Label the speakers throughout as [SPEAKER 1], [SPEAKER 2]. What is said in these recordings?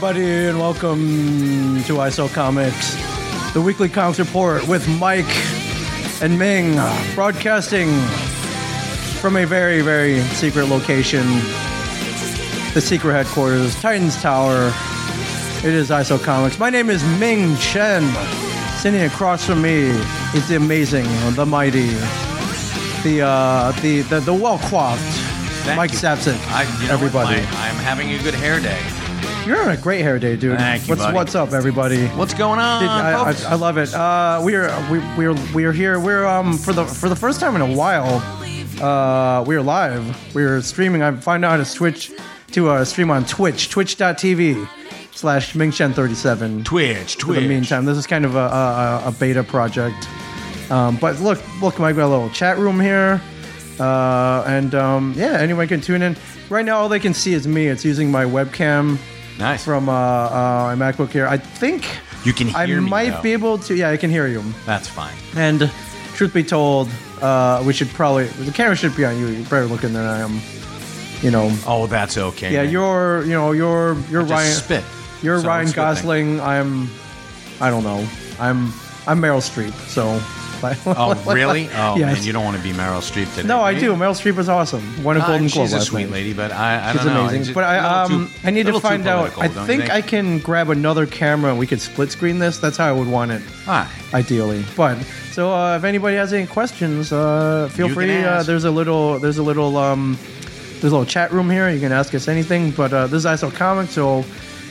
[SPEAKER 1] howdy, and welcome to ISO Comics, the weekly comics report with Mike and Ming, broadcasting from a very, very secret location, the secret headquarters, Titans Tower. It is ISO Comics. My name is Ming Chen. Sitting across from me is the amazing, the mighty, the uh, the the, the well coiffed
[SPEAKER 2] Thank
[SPEAKER 1] Mike
[SPEAKER 2] you.
[SPEAKER 1] Sapson.
[SPEAKER 2] I, you know
[SPEAKER 1] everybody.
[SPEAKER 2] what, Mike? I'm having a good hair day.
[SPEAKER 1] You're on a great hair day, dude.
[SPEAKER 2] Thank you,
[SPEAKER 1] what's
[SPEAKER 2] buddy.
[SPEAKER 1] what's up, everybody?
[SPEAKER 2] What's going on,
[SPEAKER 1] Dude, I, I,
[SPEAKER 2] folks?
[SPEAKER 1] I love it. Uh, we are we we are we are here. We're um for the for the first time in a while. Uh, we are live. We are streaming. I find out how to switch to uh, stream on Twitch. Twitch.tv slash Mingchen37.
[SPEAKER 2] Twitch,
[SPEAKER 1] For
[SPEAKER 2] Twitch.
[SPEAKER 1] the meantime, this is kind of a a, a- a beta project. Um, but look, look, Mike, we got a little chat room here. Uh, and um, yeah, anyone can tune in. Right now, all they can see is me. It's using my webcam
[SPEAKER 2] nice.
[SPEAKER 1] from uh, uh, my MacBook here. I think
[SPEAKER 2] you can hear
[SPEAKER 1] I
[SPEAKER 2] me.
[SPEAKER 1] might
[SPEAKER 2] though.
[SPEAKER 1] be able to. Yeah, I can hear you.
[SPEAKER 2] That's fine.
[SPEAKER 1] And truth be told, uh, we should probably the camera should be on you. You're better looking than I am. You know.
[SPEAKER 2] Oh, that's okay.
[SPEAKER 1] Yeah,
[SPEAKER 2] man.
[SPEAKER 1] you're. You know, you're. You're
[SPEAKER 2] Just
[SPEAKER 1] Ryan.
[SPEAKER 2] spit.
[SPEAKER 1] You're
[SPEAKER 2] So
[SPEAKER 1] Ryan
[SPEAKER 2] it's a good thing.
[SPEAKER 1] Gosling. I'm. I don't know. I'm. I'm Meryl Streep. So.
[SPEAKER 2] Oh, really? Oh,
[SPEAKER 1] Yes.
[SPEAKER 2] man, you don't want to be Meryl Streep today.
[SPEAKER 1] No, I
[SPEAKER 2] do
[SPEAKER 1] do. Meryl Streep was awesome. Won a
[SPEAKER 2] Ah,
[SPEAKER 1] Golden Globe
[SPEAKER 2] she's a
[SPEAKER 1] last
[SPEAKER 2] sweet
[SPEAKER 1] night.
[SPEAKER 2] lady, but I, I
[SPEAKER 1] It's
[SPEAKER 2] don't know.
[SPEAKER 1] amazing.
[SPEAKER 2] just-
[SPEAKER 1] But I
[SPEAKER 2] a little
[SPEAKER 1] um,
[SPEAKER 2] too-
[SPEAKER 1] I need to
[SPEAKER 2] little too
[SPEAKER 1] find out.
[SPEAKER 2] political,
[SPEAKER 1] I
[SPEAKER 2] don't you
[SPEAKER 1] think, I can grab another camera and we could split screen this. That's how I would want it,
[SPEAKER 2] Ah,
[SPEAKER 1] ideally. But so uh, if anybody has any questions, uh, feel
[SPEAKER 2] You can
[SPEAKER 1] free. Uh,
[SPEAKER 2] ask.
[SPEAKER 1] there's a little there's a little um, there's a little chat room here. You can ask us anything. But uh, this is ISO Comics, so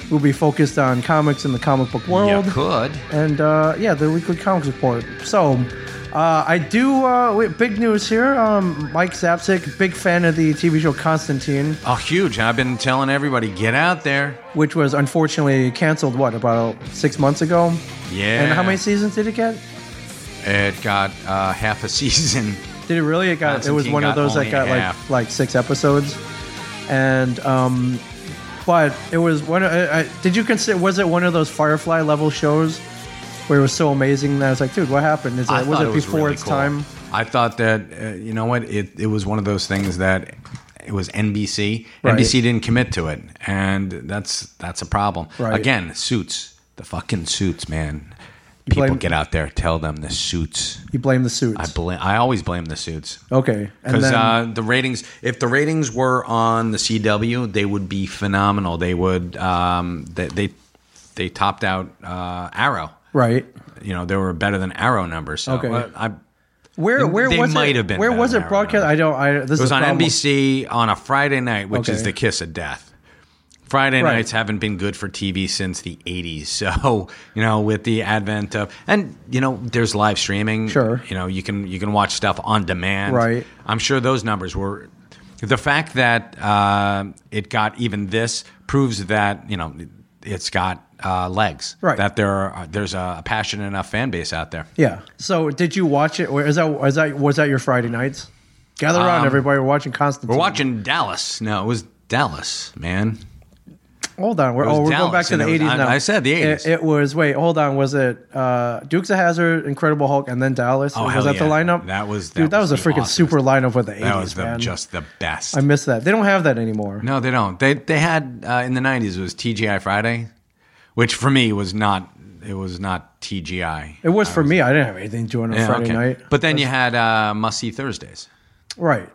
[SPEAKER 1] we'll be focused on comics in the comic book world
[SPEAKER 2] you could.
[SPEAKER 1] and uh, yeah, the weekly comics report. So, uh, I do uh, wait, big news here. Um, Mike Zapsik, big fan of the TV show Constantine,
[SPEAKER 2] Oh, huge. I've been telling everybody, get out there.
[SPEAKER 1] which was unfortunately canceled. What about six months ago?
[SPEAKER 2] Yeah.
[SPEAKER 1] And how many seasons did it get?
[SPEAKER 2] It got uh, half a season.
[SPEAKER 1] Did it really? It got. It was
[SPEAKER 2] Constantine
[SPEAKER 1] one of
[SPEAKER 2] got
[SPEAKER 1] those that
[SPEAKER 2] only
[SPEAKER 1] got like
[SPEAKER 2] half.
[SPEAKER 1] like six episodes, and um, but it was one. Of, I, I, did you consider? Was it one of those Firefly level shows? Where it was so amazing that I was like, dude, what happened? Is it,
[SPEAKER 2] I
[SPEAKER 1] was
[SPEAKER 2] thought
[SPEAKER 1] it,
[SPEAKER 2] was
[SPEAKER 1] before
[SPEAKER 2] really
[SPEAKER 1] its
[SPEAKER 2] cool.
[SPEAKER 1] time?
[SPEAKER 2] I thought that uh, you know what it it was one of those things that it was NBC.
[SPEAKER 1] Right.
[SPEAKER 2] NBC didn't commit to it, and that's that's a problem.
[SPEAKER 1] Right.
[SPEAKER 2] Again, suits the fucking suits, man. People
[SPEAKER 1] blame-
[SPEAKER 2] get out there, tell them the suits.
[SPEAKER 1] You blame the suits.
[SPEAKER 2] I blame. I always blame the suits.
[SPEAKER 1] Okay, Oh, and
[SPEAKER 2] Because
[SPEAKER 1] then
[SPEAKER 2] uh, the ratings, if the ratings were on the CW, they would be phenomenal. They would, um, they, they, they topped out uh, Arrow.
[SPEAKER 1] right
[SPEAKER 2] You know, they were better than Arrow numbers. So
[SPEAKER 1] Okay.
[SPEAKER 2] uh, I,
[SPEAKER 1] where where
[SPEAKER 2] they
[SPEAKER 1] was
[SPEAKER 2] might
[SPEAKER 1] it?
[SPEAKER 2] have been
[SPEAKER 1] where
[SPEAKER 2] better
[SPEAKER 1] was
[SPEAKER 2] than
[SPEAKER 1] it
[SPEAKER 2] Arrow,
[SPEAKER 1] broadcast?
[SPEAKER 2] though.
[SPEAKER 1] I don't. I this
[SPEAKER 2] It was
[SPEAKER 1] is the
[SPEAKER 2] on
[SPEAKER 1] problem.
[SPEAKER 2] NBC on a Friday night, which is
[SPEAKER 1] Okay.
[SPEAKER 2] the kiss of death. Friday
[SPEAKER 1] Right.
[SPEAKER 2] nights haven't been good for TV since the 80s. So, you know, with the advent of and you know, there's live streaming.
[SPEAKER 1] Sure.
[SPEAKER 2] You know, you can you can watch stuff on demand.
[SPEAKER 1] Right.
[SPEAKER 2] I'm sure those numbers were the fact that uh, it got even this proves that, you know, it's got uh, legs.
[SPEAKER 1] Right.
[SPEAKER 2] That there are, there's a passionate enough fan base out there.
[SPEAKER 1] Yeah. So did you watch it? Where is that? Is that was that your Friday nights? Gather around,
[SPEAKER 2] Um,
[SPEAKER 1] everybody. We're watching Constantine.
[SPEAKER 2] We're watching Dallas. No, it was Dallas, man.
[SPEAKER 1] Hold on. We're,
[SPEAKER 2] was
[SPEAKER 1] oh, we're going
[SPEAKER 2] Dallas,
[SPEAKER 1] back to
[SPEAKER 2] and
[SPEAKER 1] the
[SPEAKER 2] it was-
[SPEAKER 1] eighties
[SPEAKER 2] I-
[SPEAKER 1] now.
[SPEAKER 2] I said the
[SPEAKER 1] It,
[SPEAKER 2] 80s.
[SPEAKER 1] it was. Wait, hold on. Was it uh, Dukes of Hazard, Incredible Hulk, and then Dallas?
[SPEAKER 2] Oh,
[SPEAKER 1] was
[SPEAKER 2] hell
[SPEAKER 1] that the
[SPEAKER 2] yeah.
[SPEAKER 1] lineup?
[SPEAKER 2] That was-
[SPEAKER 1] dude.
[SPEAKER 2] that
[SPEAKER 1] That was,
[SPEAKER 2] was
[SPEAKER 1] a
[SPEAKER 2] the
[SPEAKER 1] freaking
[SPEAKER 2] awesomest.
[SPEAKER 1] super lineup of the
[SPEAKER 2] That
[SPEAKER 1] eighties,
[SPEAKER 2] was the,
[SPEAKER 1] man.
[SPEAKER 2] just the best.
[SPEAKER 1] I miss that. They don't have that anymore.
[SPEAKER 2] no, they don't. They they had uh, in the '90s it was TGI Friday, which for me was not it was not TGI.
[SPEAKER 1] It was for me. I didn't have anything to do on a
[SPEAKER 2] Yeah,
[SPEAKER 1] Friday
[SPEAKER 2] okay.
[SPEAKER 1] night.
[SPEAKER 2] But then you had uh, Must See Thursdays
[SPEAKER 1] right.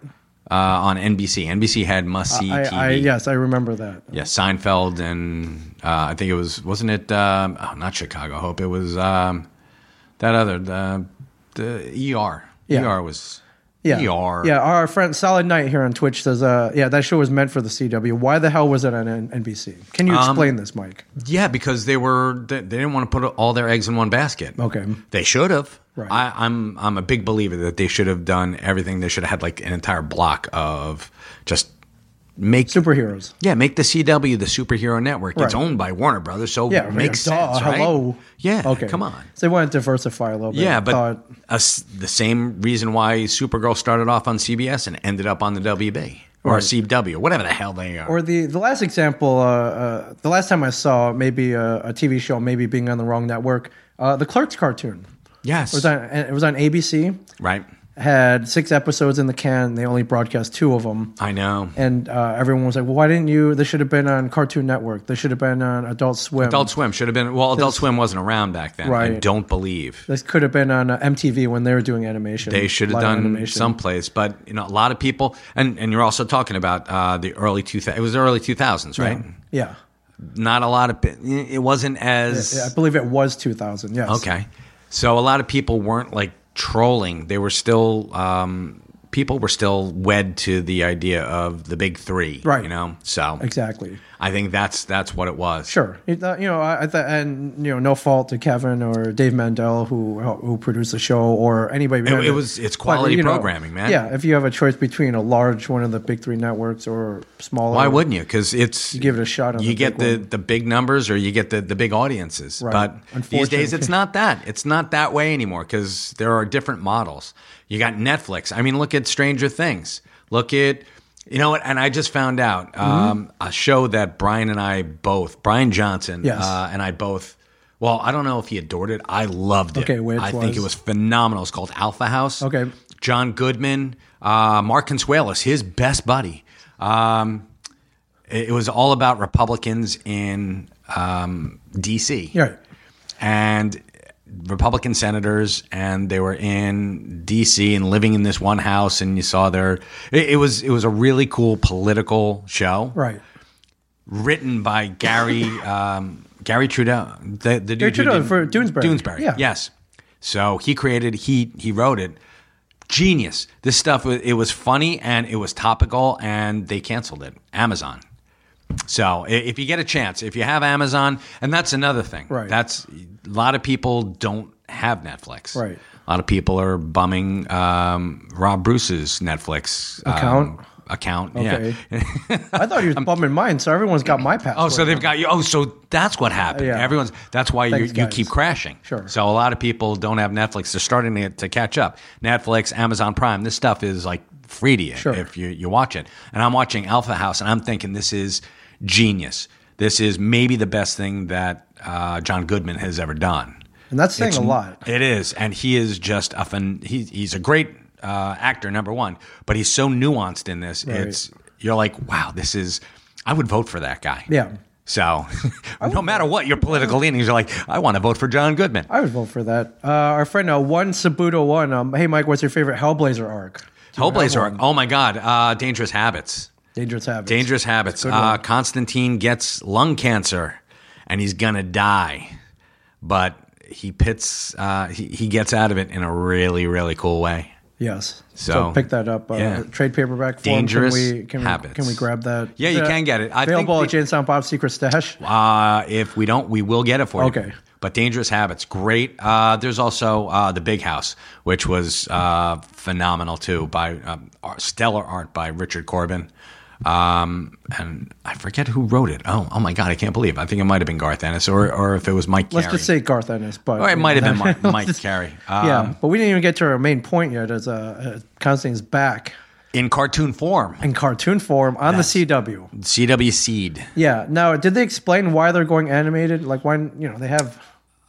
[SPEAKER 2] uh, on NBC. NBC had Must See
[SPEAKER 1] I,
[SPEAKER 2] TV.
[SPEAKER 1] I yes, I remember that.
[SPEAKER 2] Yeah, Seinfeld and uh, I think it was wasn't it um, oh, not Chicago Hope. It was um, that other the the ER.
[SPEAKER 1] Yeah.
[SPEAKER 2] ER was
[SPEAKER 1] Yeah.
[SPEAKER 2] ER.
[SPEAKER 1] Yeah, our friend Solid Knight here on Twitch says, uh, yeah, that show was meant for the CW. Why the hell was it on N- NBC? Can
[SPEAKER 2] Um,
[SPEAKER 1] you explain this, Mike?
[SPEAKER 2] Yeah, because they were they, they didn't want to put all their eggs in one basket.
[SPEAKER 1] Okay.
[SPEAKER 2] they should have.
[SPEAKER 1] Right.
[SPEAKER 2] I, I'm I'm a big believer that they should have done everything. They should have had like an entire block of just make
[SPEAKER 1] Superheroes.
[SPEAKER 2] yeah make the CW the superhero network.
[SPEAKER 1] Right.
[SPEAKER 2] It's owned by Warner Brothers, so
[SPEAKER 1] Yeah,
[SPEAKER 2] it makes
[SPEAKER 1] yeah, duh,
[SPEAKER 2] sense. Right?
[SPEAKER 1] Hello.
[SPEAKER 2] Yeah.
[SPEAKER 1] Okay. uh,
[SPEAKER 2] Come on.
[SPEAKER 1] So they want to diversify a little bit.
[SPEAKER 2] Yeah, but
[SPEAKER 1] Thought-
[SPEAKER 2] a s the same reason why Supergirl started off on CBS and ended up on the WB or
[SPEAKER 1] Right.
[SPEAKER 2] CW, whatever the hell they are.
[SPEAKER 1] or the the last example, uh, uh, the last time I saw maybe a, a TV show, maybe being on the wrong network, uh, the Clerks cartoon.
[SPEAKER 2] yes.
[SPEAKER 1] It was on, it was on ABC.
[SPEAKER 2] right.
[SPEAKER 1] had six episodes in the can. They only broadcast two of them.
[SPEAKER 2] I know.
[SPEAKER 1] And uh, everyone was like, well, why didn't you? They should have been on Cartoon Network. They should have been on Adult Swim.
[SPEAKER 2] Adult Swim should have been well. Adult Swim wasn't around back then. I
[SPEAKER 1] Right.
[SPEAKER 2] don't believe
[SPEAKER 1] this could have been on uh, MTV when they were doing animation.
[SPEAKER 2] they should have
[SPEAKER 1] live
[SPEAKER 2] done
[SPEAKER 1] animation.
[SPEAKER 2] someplace. But you know, a lot of people, and and you're also talking about uh, the early two. It was the early two thousands, right?
[SPEAKER 1] Yeah.
[SPEAKER 2] Not a lot of. pe- It wasn't as
[SPEAKER 1] yeah. I believe it was 2000. Yes.
[SPEAKER 2] Okay. So a lot of people weren't like trolling. They were still um, people were still wed to the idea of the big three,
[SPEAKER 1] Right.
[SPEAKER 2] You know, so
[SPEAKER 1] Exactly.
[SPEAKER 2] I think that's that's what it was.
[SPEAKER 1] Sure. It, uh, you know, I, I th- and you know, no fault to Kevin or Dave Mandel who who produced the show or anybody. behind
[SPEAKER 2] it was- it's
[SPEAKER 1] But,
[SPEAKER 2] quality
[SPEAKER 1] you know,
[SPEAKER 2] programming, man.
[SPEAKER 1] Yeah. If you have a choice between a large one of the big three networks or smaller,
[SPEAKER 2] Why wouldn't you? Because it's
[SPEAKER 1] give it a shot on
[SPEAKER 2] you
[SPEAKER 1] the big
[SPEAKER 2] get the,
[SPEAKER 1] one.
[SPEAKER 2] the big numbers or you get the, the big audiences.
[SPEAKER 1] Right.
[SPEAKER 2] But these days
[SPEAKER 1] Unfortunately.
[SPEAKER 2] it's not that. It's not that way anymore because there are different models. You got Netflix. I mean, look at Stranger Things. Look at you know what? And I just found out
[SPEAKER 1] Mm-hmm.
[SPEAKER 2] um, a show that Brian and I both Brian Johnson
[SPEAKER 1] Yes.
[SPEAKER 2] uh, and I both. Well, I don't know if he adored it. I loved it.
[SPEAKER 1] Okay, which
[SPEAKER 2] I think it
[SPEAKER 1] was?
[SPEAKER 2] was phenomenal. It's called Alpha House.
[SPEAKER 1] Okay.
[SPEAKER 2] John Goodman, uh, Mark Consuelos, his best buddy. Um, it it was all about Republicans in um, D.C.
[SPEAKER 1] Yeah.
[SPEAKER 2] and Republican senators, and they were in D.C. and living in this one house, and you saw their. It, it was it was a really cool political show,
[SPEAKER 1] Right.
[SPEAKER 2] Written by Gary um, Gary Trudeau, the, the dude who
[SPEAKER 1] Trudeau
[SPEAKER 2] did-
[SPEAKER 1] for Doonesbury.
[SPEAKER 2] Doonesbury,
[SPEAKER 1] Yeah.
[SPEAKER 2] yes. So he created he he wrote it. Genius. This stuff wa- it was funny and it was topical, and they canceled it. Amazon. So i- if you get a chance, if you have Amazon, and that's another thing.
[SPEAKER 1] Right.
[SPEAKER 2] That's a lot of people don't have Netflix.
[SPEAKER 1] Right.
[SPEAKER 2] A lot of people are bumming um, Rob Bruce's Netflix um,
[SPEAKER 1] Account?
[SPEAKER 2] account.
[SPEAKER 1] Okay.
[SPEAKER 2] Yeah.
[SPEAKER 1] I thought he was bumming mine, so everyone's got my password.
[SPEAKER 2] Oh, so they've got you. Oh, so that's what happened.
[SPEAKER 1] Yeah.
[SPEAKER 2] Everyone's. That's why you
[SPEAKER 1] Thanks,
[SPEAKER 2] you
[SPEAKER 1] guys.
[SPEAKER 2] keep crashing.
[SPEAKER 1] Sure.
[SPEAKER 2] So a lot of people don't have Netflix. They're starting to, to catch up. Netflix, Amazon Prime. This stuff is like free to you
[SPEAKER 1] Sure.
[SPEAKER 2] if you you watch it. And I'm watching Alpha House, and I'm thinking this is genius. This is maybe the best thing that uh, John Goodman has ever done.
[SPEAKER 1] and that's saying a lot.
[SPEAKER 2] It is, and he is just a fan. He, he's a great uh, actor, number one, but he's so nuanced in this. It's you're like, wow, this is. I would vote for that guy.
[SPEAKER 1] Yeah.
[SPEAKER 2] So, no matter what your political leanings, you're like, I want to vote for John Goodman.
[SPEAKER 1] I would vote for that. Uh, our friend uh, one Sabuto one. Um, hey Mike, what's your favorite Hellblazer arc? Do you have
[SPEAKER 2] Hellblazer.
[SPEAKER 1] one?
[SPEAKER 2] Oh my God, uh, Dangerous Habits.
[SPEAKER 1] Dangerous habits.
[SPEAKER 2] Dangerous Habits.
[SPEAKER 1] good one.
[SPEAKER 2] Uh, Constantine gets lung cancer, and he's gonna die, but he pits. Uh, he, he gets out of it in a really really cool way.
[SPEAKER 1] Yes. So,
[SPEAKER 2] So,
[SPEAKER 1] pick that up. Uh,
[SPEAKER 2] yeah.
[SPEAKER 1] Trade paperback. Form.
[SPEAKER 2] Dangerous
[SPEAKER 1] can we, can
[SPEAKER 2] Habits.
[SPEAKER 1] We, can we grab that?
[SPEAKER 2] Yeah, you
[SPEAKER 1] Is
[SPEAKER 2] can get it. I think
[SPEAKER 1] available
[SPEAKER 2] the-
[SPEAKER 1] at Jane Sound Bob's Secret Stash.
[SPEAKER 2] Uh, if we don't, we will get it for you.
[SPEAKER 1] Okay.
[SPEAKER 2] But Dangerous Habits, great. Uh, there's also uh, The Big House, which was uh, phenomenal too, by um, ar- stellar art by Richard Corbin. Um, and I forget who wrote it. Oh, oh my God, I can't believe. I think it might have been Garth Ennis, or or if it was Mike.
[SPEAKER 1] Let's
[SPEAKER 2] Carey.
[SPEAKER 1] just say Garth Ennis, but
[SPEAKER 2] Or Oh, it might have been Mike,
[SPEAKER 1] Let's
[SPEAKER 2] Mike
[SPEAKER 1] just-
[SPEAKER 2] Carey. Um,
[SPEAKER 1] Yeah, but we didn't even get to our main point yet. As uh, uh, Constantine's back
[SPEAKER 2] In cartoon form,
[SPEAKER 1] in cartoon form on the CW.
[SPEAKER 2] CW Seed.
[SPEAKER 1] Yeah. Now, did they explain why they're going animated? Like, why you know they have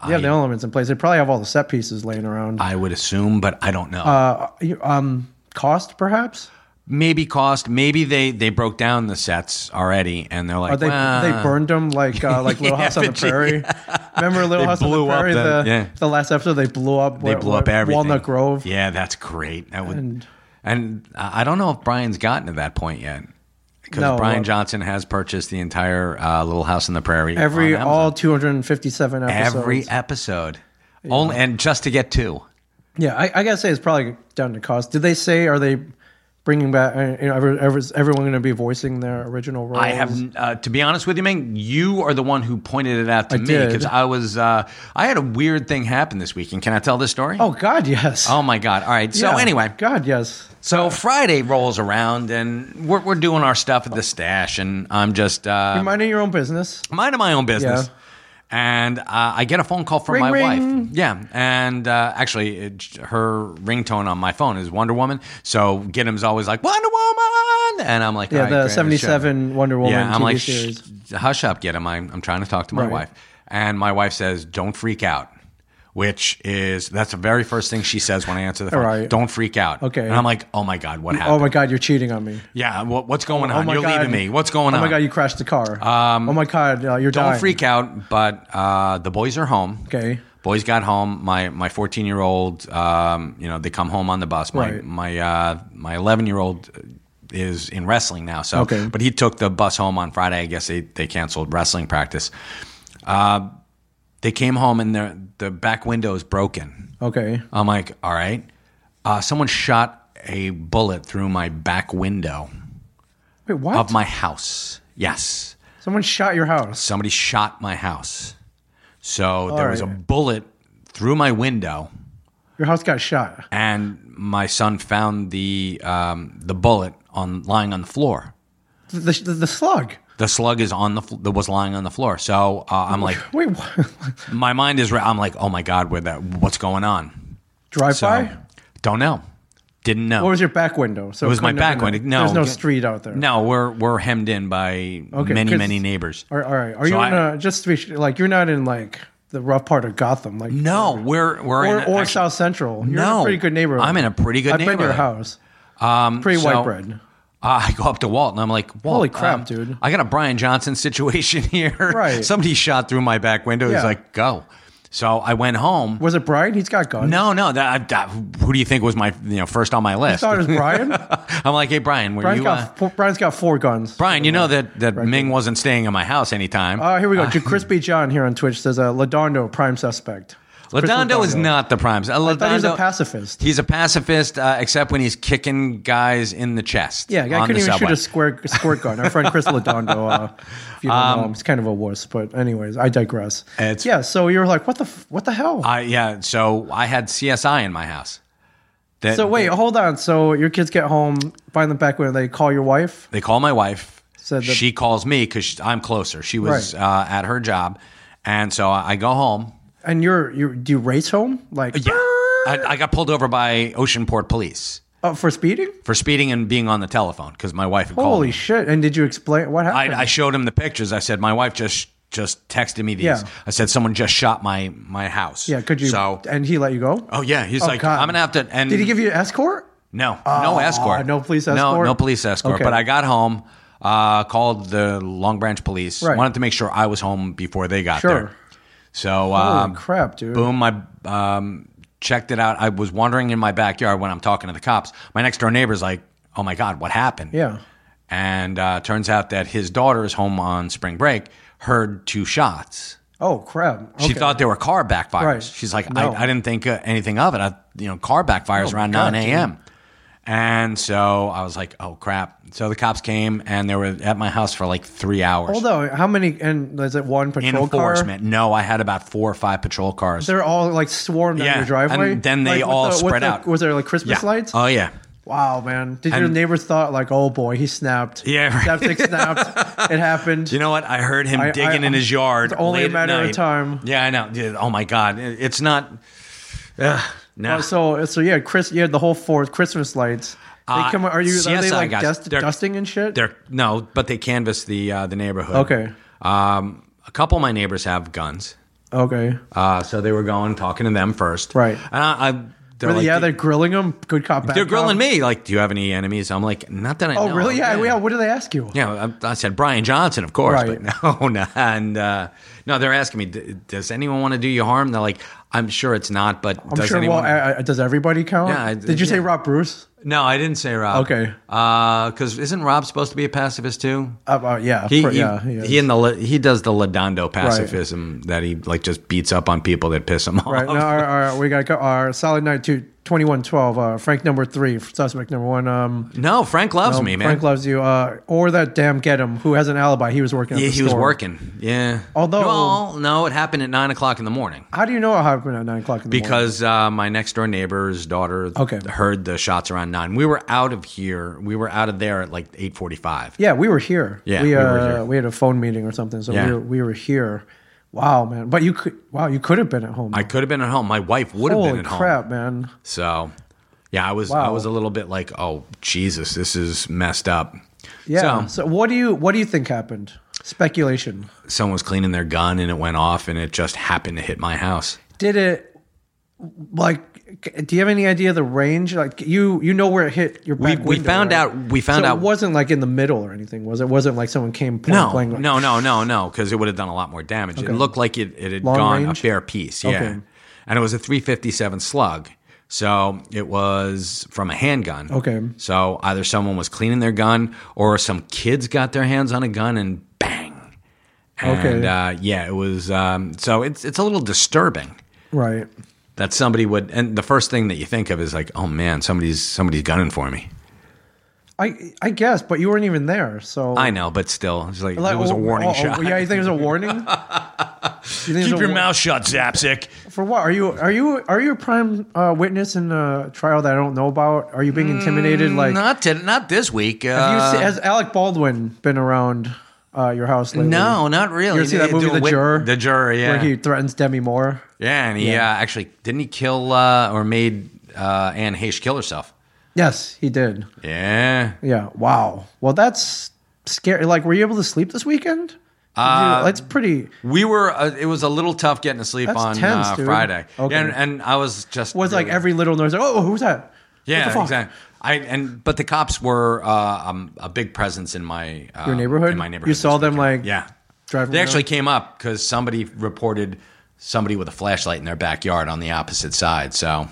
[SPEAKER 1] they have the elements in place. They probably have all the set pieces laying around.
[SPEAKER 2] I would assume, but I don't know.
[SPEAKER 1] Uh, you- um, cost perhaps.
[SPEAKER 2] maybe cost. Maybe they they broke down the sets already, and they're like,
[SPEAKER 1] Or they they
[SPEAKER 2] "Well,
[SPEAKER 1] burned them like uh, like Little House on the
[SPEAKER 2] effigy.
[SPEAKER 1] Prairie. Remember Little
[SPEAKER 2] They
[SPEAKER 1] House on the
[SPEAKER 2] blew up
[SPEAKER 1] Prairie?
[SPEAKER 2] the-
[SPEAKER 1] The,
[SPEAKER 2] yeah.
[SPEAKER 1] the last episode they blew up.
[SPEAKER 2] They
[SPEAKER 1] where-
[SPEAKER 2] blew up
[SPEAKER 1] where-
[SPEAKER 2] everything.
[SPEAKER 1] Walnut Grove.
[SPEAKER 2] Yeah, that's great. That would, and,
[SPEAKER 1] And-
[SPEAKER 2] I I don't know if Brian's gotten to that point yet because
[SPEAKER 1] No,
[SPEAKER 2] Brian
[SPEAKER 1] well-
[SPEAKER 2] Johnson has purchased the entire uh, Little House on the Prairie. Oh,
[SPEAKER 1] Every
[SPEAKER 2] on Amazon.
[SPEAKER 1] all 257 episodes.
[SPEAKER 2] every episode, only and just to get two.
[SPEAKER 1] yeah, I, I gotta say it's probably down to cost. Did they say are they bringing back? uh, You know, ever, ever, is everyone going to be voicing their original roles?
[SPEAKER 2] I have, uh, to be honest with you, Ming. You are the one who pointed it out to
[SPEAKER 1] I
[SPEAKER 2] me
[SPEAKER 1] did.
[SPEAKER 2] because I was, uh, I had a weird thing happen this weekend. Can I tell this story?
[SPEAKER 1] Oh God, yes.
[SPEAKER 2] oh my god! All right. So
[SPEAKER 1] Yeah.
[SPEAKER 2] anyway,
[SPEAKER 1] God, yes.
[SPEAKER 2] so Friday rolls around and we're we're doing our stuff at the stash, and I'm just uh,
[SPEAKER 1] Minding your own business.
[SPEAKER 2] minding my own business.
[SPEAKER 1] Yeah.
[SPEAKER 2] And uh, I get a phone call from
[SPEAKER 1] Ring,
[SPEAKER 2] my wife.
[SPEAKER 1] ring.
[SPEAKER 2] Yeah, and uh, actually, it, her ringtone on my phone is Wonder Woman. So Giddim's always like Wonder Woman, and I'm like,
[SPEAKER 1] Yeah,
[SPEAKER 2] "All right,
[SPEAKER 1] the
[SPEAKER 2] great,
[SPEAKER 1] 77 Wonder Woman
[SPEAKER 2] Yeah, I'm
[SPEAKER 1] TV
[SPEAKER 2] like, "Shh,
[SPEAKER 1] series.
[SPEAKER 2] hush up, Gidim. I'm I'm trying to talk to my
[SPEAKER 1] Right.
[SPEAKER 2] wife, and my wife says, "Don't freak out." which is that's the very first thing she says when I answer the phone.
[SPEAKER 1] right.
[SPEAKER 2] Don't freak out.
[SPEAKER 1] Okay.
[SPEAKER 2] And I'm like, oh my god, what happened?
[SPEAKER 1] Oh my God, you're cheating on me. Oh
[SPEAKER 2] Yeah, what, what's going on?
[SPEAKER 1] my
[SPEAKER 2] You're
[SPEAKER 1] God.
[SPEAKER 2] leaving me. What's going
[SPEAKER 1] Oh
[SPEAKER 2] on?
[SPEAKER 1] my God, you crashed the car. Um, oh my God, uh, you're
[SPEAKER 2] Don't
[SPEAKER 1] dying.
[SPEAKER 2] freak out, but uh, the boys are home.
[SPEAKER 1] Okay.
[SPEAKER 2] Boys got home. My my 14 year old, um, you know, they come home on the bus. My
[SPEAKER 1] Right.
[SPEAKER 2] my uh, my 11 year old is in wrestling now. So,
[SPEAKER 1] Okay.
[SPEAKER 2] but he took the bus home on Friday. I guess they they canceled wrestling practice. Uh, they came home and their the back window is broken.
[SPEAKER 1] Okay.
[SPEAKER 2] I'm like, all right. Uh, someone shot a bullet through my back window
[SPEAKER 1] Wait, what?
[SPEAKER 2] of my house. Yes.
[SPEAKER 1] Someone shot your house.
[SPEAKER 2] somebody shot my house. So there was a
[SPEAKER 1] right.
[SPEAKER 2] bullet through my window,
[SPEAKER 1] Your house got shot.
[SPEAKER 2] and my son found the um, the bullet on lying on the floor.
[SPEAKER 1] The, the, the slug.
[SPEAKER 2] The slug is on the fl- that was lying on the floor. So uh, I'm like,
[SPEAKER 1] Wait, what?
[SPEAKER 2] my mind is. Ra- I'm like, oh my god, where that? What's going on?
[SPEAKER 1] Drive
[SPEAKER 2] So
[SPEAKER 1] by?
[SPEAKER 2] don't know. Didn't know.
[SPEAKER 1] What was your back window? So
[SPEAKER 2] It was my
[SPEAKER 1] couldn't have
[SPEAKER 2] back
[SPEAKER 1] been a-
[SPEAKER 2] window. No,
[SPEAKER 1] there's no
[SPEAKER 2] get-
[SPEAKER 1] street out there.
[SPEAKER 2] no, we're we're hemmed in by many
[SPEAKER 1] 'cause-
[SPEAKER 2] many neighbors.
[SPEAKER 1] All right. All right. Are
[SPEAKER 2] So
[SPEAKER 1] you in
[SPEAKER 2] I-
[SPEAKER 1] a, just to be sh- like you're not in like the rough part of Gotham, like
[SPEAKER 2] No, we're we're
[SPEAKER 1] or,
[SPEAKER 2] in,
[SPEAKER 1] or
[SPEAKER 2] actually-
[SPEAKER 1] South Central. You're in
[SPEAKER 2] No.
[SPEAKER 1] a pretty good neighborhood.
[SPEAKER 2] I'm in a pretty good
[SPEAKER 1] I've been to your
[SPEAKER 2] neighborhood.
[SPEAKER 1] house. Um, pretty
[SPEAKER 2] so-
[SPEAKER 1] white bread.
[SPEAKER 2] Uh, I go up to Walt and I'm like, Walt,
[SPEAKER 1] Holy crap,
[SPEAKER 2] um,
[SPEAKER 1] dude.
[SPEAKER 2] I got a Brian Johnson situation here.
[SPEAKER 1] Right.
[SPEAKER 2] Somebody shot through my back window. He's
[SPEAKER 1] Yeah.
[SPEAKER 2] like, go. So I went home.
[SPEAKER 1] Was it Brian? He's got guns.
[SPEAKER 2] No, no. That, that, who do you think was my you know first on my list?
[SPEAKER 1] thought it was Brian.
[SPEAKER 2] I'm like, hey Brian, were
[SPEAKER 1] Brian's
[SPEAKER 2] you? uh,
[SPEAKER 1] got four, Brian's got four guns.
[SPEAKER 2] Brian, you know that that Ming wasn't staying in my house anytime.
[SPEAKER 1] Uh, here we go. J Crispy John here on Twitch says uh, Ladondo prime suspect. It's Chris
[SPEAKER 2] Ladondo is
[SPEAKER 1] Ladondo.
[SPEAKER 2] not the prime. Uh,
[SPEAKER 1] I thought he was a
[SPEAKER 2] Ladondo-
[SPEAKER 1] pacifist.
[SPEAKER 2] He's a pacifist, uh, except when he's kicking guys in the chest.
[SPEAKER 1] Yeah, I
[SPEAKER 2] on
[SPEAKER 1] couldn't
[SPEAKER 2] the
[SPEAKER 1] even shoot
[SPEAKER 2] subway.
[SPEAKER 1] a square squirt gun. Our friend Chris Ladondo, uh, if you don't know him, he's kind of a wuss. But anyways, I digress.
[SPEAKER 2] Um, It's-
[SPEAKER 1] yeah, so you're like, what the f- what the hell?
[SPEAKER 2] I- yeah, so I had CSI in my house. That-
[SPEAKER 1] so wait, hold on. So your kids get home, find the back window, they call your wife.
[SPEAKER 2] They call my wife.
[SPEAKER 1] So the-
[SPEAKER 2] she calls me because I'm closer. She was
[SPEAKER 1] Right.
[SPEAKER 2] uh, at her job, and so I I go home.
[SPEAKER 1] And you're you do you race home like
[SPEAKER 2] Yeah, I, I got pulled over by Oceanport Police
[SPEAKER 1] uh, for speeding?
[SPEAKER 2] for speeding and being on the telephone because my wife had called.
[SPEAKER 1] Holy
[SPEAKER 2] me.
[SPEAKER 1] shit! And did you explain what happened?
[SPEAKER 2] I, I showed him the pictures. I said my wife just just texted me these.
[SPEAKER 1] Yeah.
[SPEAKER 2] I said someone just shot my my house.
[SPEAKER 1] yeah, could you?
[SPEAKER 2] So
[SPEAKER 1] and he let you go?
[SPEAKER 2] oh yeah, he's like
[SPEAKER 1] God.
[SPEAKER 2] I'm gonna have to. And
[SPEAKER 1] Did he give you an escort?
[SPEAKER 2] No, no escort.
[SPEAKER 1] Uh, no police
[SPEAKER 2] No,
[SPEAKER 1] escort?
[SPEAKER 2] no police escort.
[SPEAKER 1] Okay.
[SPEAKER 2] But I got home, uh, called the Long Branch police.
[SPEAKER 1] Right.
[SPEAKER 2] Wanted to make sure I was home before they got
[SPEAKER 1] Sure.
[SPEAKER 2] there. So,
[SPEAKER 1] Holy
[SPEAKER 2] um,
[SPEAKER 1] crap, dude!
[SPEAKER 2] boom, I um, checked it out. I was wandering in my backyard when I'm talking to the cops. My next door neighbor's like, oh my God, what happened?
[SPEAKER 1] Yeah.
[SPEAKER 2] And uh, turns out that his daughter is home on spring break, heard two shots.
[SPEAKER 1] Oh crap!
[SPEAKER 2] She
[SPEAKER 1] Okay.
[SPEAKER 2] thought they were car backfires.
[SPEAKER 1] Right.
[SPEAKER 2] She's like,
[SPEAKER 1] No. Oh,
[SPEAKER 2] I, I didn't think uh, anything of it. I, you know, car backfires around
[SPEAKER 1] God,
[SPEAKER 2] 9 a.m. And so I was like, oh, crap. So the cops came and they were at my house for like three hours.
[SPEAKER 1] Hold on, how many? And is it one patrol car?
[SPEAKER 2] Enforcement. No, I had about four or five patrol cars.
[SPEAKER 1] They're all like swarmed
[SPEAKER 2] Yeah,
[SPEAKER 1] down your driveway.
[SPEAKER 2] and then they
[SPEAKER 1] Like, with
[SPEAKER 2] all
[SPEAKER 1] the- with
[SPEAKER 2] spread
[SPEAKER 1] the-
[SPEAKER 2] out.
[SPEAKER 1] Was there like Christmas
[SPEAKER 2] yeah.
[SPEAKER 1] lights?
[SPEAKER 2] Oh, yeah.
[SPEAKER 1] wow, man! Did your
[SPEAKER 2] and-
[SPEAKER 1] neighbors thought like, oh boy, he snapped?
[SPEAKER 2] Yeah, right.
[SPEAKER 1] septic snapped. It happened.
[SPEAKER 2] Do you know what? I heard him
[SPEAKER 1] I-
[SPEAKER 2] digging
[SPEAKER 1] I-
[SPEAKER 2] in his yard.
[SPEAKER 1] It's only a
[SPEAKER 2] late at
[SPEAKER 1] matter of
[SPEAKER 2] night.
[SPEAKER 1] time.
[SPEAKER 2] Yeah, I know. Yeah, Oh, my God. It- It's not. Ugh, no.
[SPEAKER 1] Oh, So so yeah, Chris, you had the whole four Christmas lights. They
[SPEAKER 2] Uh,
[SPEAKER 1] come. Are you? are they
[SPEAKER 2] CSI
[SPEAKER 1] like
[SPEAKER 2] guys,
[SPEAKER 1] dust,
[SPEAKER 2] they're-
[SPEAKER 1] dusting and shit?
[SPEAKER 2] They're no, but they canvassed the uh, the neighborhood.
[SPEAKER 1] Okay.
[SPEAKER 2] Um, a couple of my neighbors have guns,
[SPEAKER 1] Okay.
[SPEAKER 2] uh, so they were going talking to them first.
[SPEAKER 1] Right.
[SPEAKER 2] And I, I they're like,
[SPEAKER 1] yeah, they're grilling them. Good cop. Bad
[SPEAKER 2] they're grilling
[SPEAKER 1] cop.
[SPEAKER 2] me. Like, do you have any enemies? I'm like, not that I.
[SPEAKER 1] Oh
[SPEAKER 2] know
[SPEAKER 1] really?
[SPEAKER 2] of."
[SPEAKER 1] Yeah, yeah. What do they ask you?
[SPEAKER 2] Yeah, I, I said Brian Johnson, of course,
[SPEAKER 1] Right.
[SPEAKER 2] but no, no, and uh, no. They're asking me, "D- does anyone want to do you harm? They're like, I'm sure it's not, but
[SPEAKER 1] I'm
[SPEAKER 2] does
[SPEAKER 1] sure.
[SPEAKER 2] anyone?
[SPEAKER 1] Well, uh, does everybody count?
[SPEAKER 2] Yeah, I-
[SPEAKER 1] Did you say
[SPEAKER 2] yeah.
[SPEAKER 1] Rob Bruce?
[SPEAKER 2] no, I didn't say Rob.
[SPEAKER 1] Okay.
[SPEAKER 2] because isn't Rob supposed to be a pacifist too?
[SPEAKER 1] Uh, uh, yeah.
[SPEAKER 2] He,
[SPEAKER 1] for-
[SPEAKER 2] he-
[SPEAKER 1] yeah.
[SPEAKER 2] he,
[SPEAKER 1] is.
[SPEAKER 2] and the La- he does the Ladondo pacifism that he like just beats up on people that piss him off.
[SPEAKER 1] Right now, our, our, we got our solid night two, 2112, uh, Frank number three, suspect number one. Um,
[SPEAKER 2] No, Frank loves me, man.
[SPEAKER 1] Frank loves you. Uh, or that damn get him who has an alibi. He was working. At
[SPEAKER 2] yeah,
[SPEAKER 1] the
[SPEAKER 2] he was
[SPEAKER 1] store.
[SPEAKER 2] working. Yeah.
[SPEAKER 1] Although-
[SPEAKER 2] well, no, it happened at nine o'clock in the morning
[SPEAKER 1] How do you know it happened at nine o'clock in the morning?
[SPEAKER 2] because uh, my next door neighbor's daughter
[SPEAKER 1] Okay.
[SPEAKER 2] heard the shots around nine. We were out of here. We were out of there at like eight forty-five.
[SPEAKER 1] yeah, we were here.
[SPEAKER 2] Yeah,
[SPEAKER 1] we,
[SPEAKER 2] we
[SPEAKER 1] uh,
[SPEAKER 2] were here.
[SPEAKER 1] we had a phone meeting or something, so
[SPEAKER 2] Yeah.
[SPEAKER 1] we, were, we were here. Wow, man! But you could wow, you could have been at home.
[SPEAKER 2] I could have been at home. My wife would have
[SPEAKER 1] Holy
[SPEAKER 2] been at home.
[SPEAKER 1] crap, man!
[SPEAKER 2] So, yeah, I was I
[SPEAKER 1] Wow.
[SPEAKER 2] was a little bit like, oh Jesus, this is messed up.
[SPEAKER 1] Yeah.
[SPEAKER 2] So-
[SPEAKER 1] So, what do you what do you think happened? Speculation.
[SPEAKER 2] someone was cleaning their gun and it went off and it just happened to hit my house.
[SPEAKER 1] Did it? like, c- do you have any idea the range? Like, you you know where it hit your
[SPEAKER 2] We,
[SPEAKER 1] back
[SPEAKER 2] we
[SPEAKER 1] window,
[SPEAKER 2] found
[SPEAKER 1] right?
[SPEAKER 2] out. We found
[SPEAKER 1] so
[SPEAKER 2] out.
[SPEAKER 1] it wasn't like in the middle or anything, was it? Wasn't like someone came point
[SPEAKER 2] no,
[SPEAKER 1] playing.
[SPEAKER 2] no, no, no, no, because it would have done a lot more damage. It looked like it, it had
[SPEAKER 1] Long
[SPEAKER 2] gone
[SPEAKER 1] range?
[SPEAKER 2] a fair piece, yeah.
[SPEAKER 1] Okay.
[SPEAKER 2] And it was a 357 slug, so it was from a handgun.
[SPEAKER 1] Okay.
[SPEAKER 2] So either someone was cleaning their gun, or some kids got their hands on a gun and bang. And,
[SPEAKER 1] Okay.
[SPEAKER 2] Uh, yeah, it was. Um, so it's it's a little disturbing
[SPEAKER 1] right?
[SPEAKER 2] that somebody would. And the first thing that you think of is like, oh man, somebody's somebody's gunning for me.
[SPEAKER 1] I I guess, but you weren't even there, so
[SPEAKER 2] I know, but still, it's like,
[SPEAKER 1] Like,
[SPEAKER 2] it was a
[SPEAKER 1] oh,
[SPEAKER 2] warning
[SPEAKER 1] oh, oh,
[SPEAKER 2] shot.
[SPEAKER 1] Yeah, you think it was a warning? You think it was a war-
[SPEAKER 2] shut, Zapsic.
[SPEAKER 1] For what are you? Are you? Are you a prime uh, witness in a trial that I don't know about? Are you being intimidated? Like,
[SPEAKER 2] Mm, Not to, not this week.
[SPEAKER 1] have you
[SPEAKER 2] uh,
[SPEAKER 1] se- has Alec Baldwin been around uh, your house lately?
[SPEAKER 2] no, not really.
[SPEAKER 1] You ever see that
[SPEAKER 2] They
[SPEAKER 1] movie,
[SPEAKER 2] do
[SPEAKER 1] The
[SPEAKER 2] wit-
[SPEAKER 1] Juror?
[SPEAKER 2] The Juror, yeah,
[SPEAKER 1] Where he threatens Demi Moore.
[SPEAKER 2] yeah, and he Uh, actually didn't he kill uh, or made uh, Anne Heche kill herself?
[SPEAKER 1] Yes, he did.
[SPEAKER 2] Yeah,
[SPEAKER 1] Yeah. Wow. Well, that's scary. Like, were you able to sleep this weekend? Did you-
[SPEAKER 2] Uh,
[SPEAKER 1] that's pretty.
[SPEAKER 2] we were. Uh, it was a little tough getting to sleep
[SPEAKER 1] That's
[SPEAKER 2] on
[SPEAKER 1] tense,
[SPEAKER 2] uh,
[SPEAKER 1] dude.
[SPEAKER 2] Friday,
[SPEAKER 1] Okay.
[SPEAKER 2] and, and I was just
[SPEAKER 1] Was like every little noise. Like, oh, who's that? What the
[SPEAKER 2] yeah,
[SPEAKER 1] fuck?
[SPEAKER 2] exactly. I and but the cops were uh, um, a big presence in my uh,
[SPEAKER 1] Your neighborhood.
[SPEAKER 2] In my neighborhood,
[SPEAKER 1] You saw
[SPEAKER 2] this
[SPEAKER 1] them like
[SPEAKER 2] weekend. yeah.
[SPEAKER 1] driving.
[SPEAKER 2] They
[SPEAKER 1] around?
[SPEAKER 2] actually came up because somebody reported somebody with a flashlight in their backyard on the opposite side. So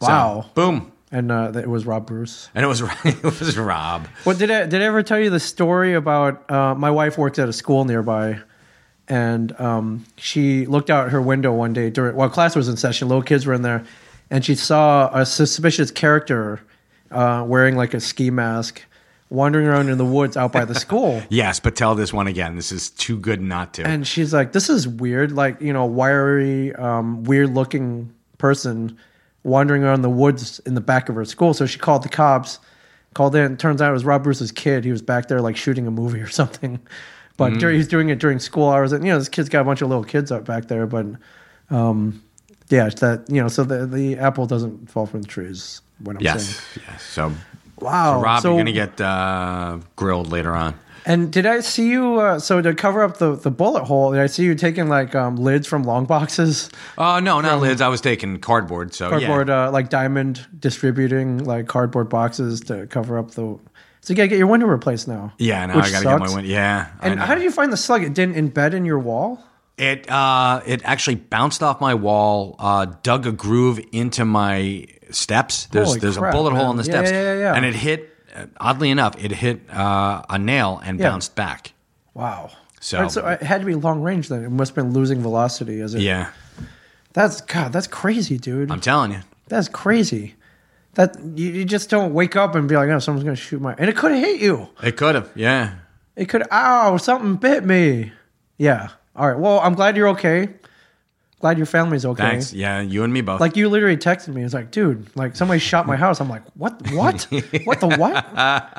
[SPEAKER 2] so,
[SPEAKER 1] Wow.
[SPEAKER 2] boom,
[SPEAKER 1] And uh, it was Rob Bruce.
[SPEAKER 2] and it was it was Rob.
[SPEAKER 1] What did I did I ever tell you the story about uh, my wife worked at a school nearby, and um, she looked out her window one day during while class was in session, little kids were in there, and she saw a suspicious character uh, wearing like a ski mask wandering around in the woods out by the school.
[SPEAKER 2] Yes, but tell this one again. This is too good not to.
[SPEAKER 1] And she's like, "This is weird. Like, you know, wiry, um, weird-looking person wandering around the woods in the back of her school." So she called the cops. Called in. Turns out it was Rob Bruce's kid. He was back there like shooting a movie or something.
[SPEAKER 2] Mm.
[SPEAKER 1] But dur he was doing it during school hours. And you know, this kid's got a bunch of little kids up back there. But um, yeah, it's that you know, so the the apple doesn't fall from the trees. What I'm saying.
[SPEAKER 2] yes, yes. So
[SPEAKER 1] Wow.
[SPEAKER 2] Rob,
[SPEAKER 1] so-
[SPEAKER 2] you're gonna get uh, grilled later on.
[SPEAKER 1] And did I see you? Uh, so to cover up the, the bullet hole, did I see you taking like um, lids from long boxes?
[SPEAKER 2] Oh no, not lids. I was taking cardboard. So
[SPEAKER 1] cardboard
[SPEAKER 2] Yeah.
[SPEAKER 1] uh, like diamond distributing like cardboard boxes to cover up the so you gotta get your window replaced now
[SPEAKER 2] Yeah, now
[SPEAKER 1] which
[SPEAKER 2] I gotta get
[SPEAKER 1] sucks.
[SPEAKER 2] my win. Yeah, I
[SPEAKER 1] and
[SPEAKER 2] know.
[SPEAKER 1] how did you find the slug it didn't embed in your wall
[SPEAKER 2] It uh, it actually bounced off my wall, uh, dug a groove into my steps. There's
[SPEAKER 1] Holy
[SPEAKER 2] there's
[SPEAKER 1] crap,
[SPEAKER 2] a bullet
[SPEAKER 1] man.
[SPEAKER 2] hole in the
[SPEAKER 1] Yeah,
[SPEAKER 2] steps,
[SPEAKER 1] yeah, yeah, yeah.
[SPEAKER 2] and it hit. Oddly enough, it hit uh, a nail and
[SPEAKER 1] Yeah.
[SPEAKER 2] bounced back.
[SPEAKER 1] wow
[SPEAKER 2] So-
[SPEAKER 1] Right, so it had to be long range then it must have been losing velocity as it
[SPEAKER 2] Yeah,
[SPEAKER 1] that's god that's crazy dude
[SPEAKER 2] I'm telling you.
[SPEAKER 1] that's crazy that you, you just don't wake up and be like oh someone's gonna shoot my and it could have hit you
[SPEAKER 2] It could have. Yeah.
[SPEAKER 1] it could ow something bit me yeah all right well i'm glad you're okay glad your family's okay
[SPEAKER 2] Thanks. Yeah, you and me both.
[SPEAKER 1] Like you literally texted me. It's like, dude, like somebody shot my house. I'm like, what? What? what the what?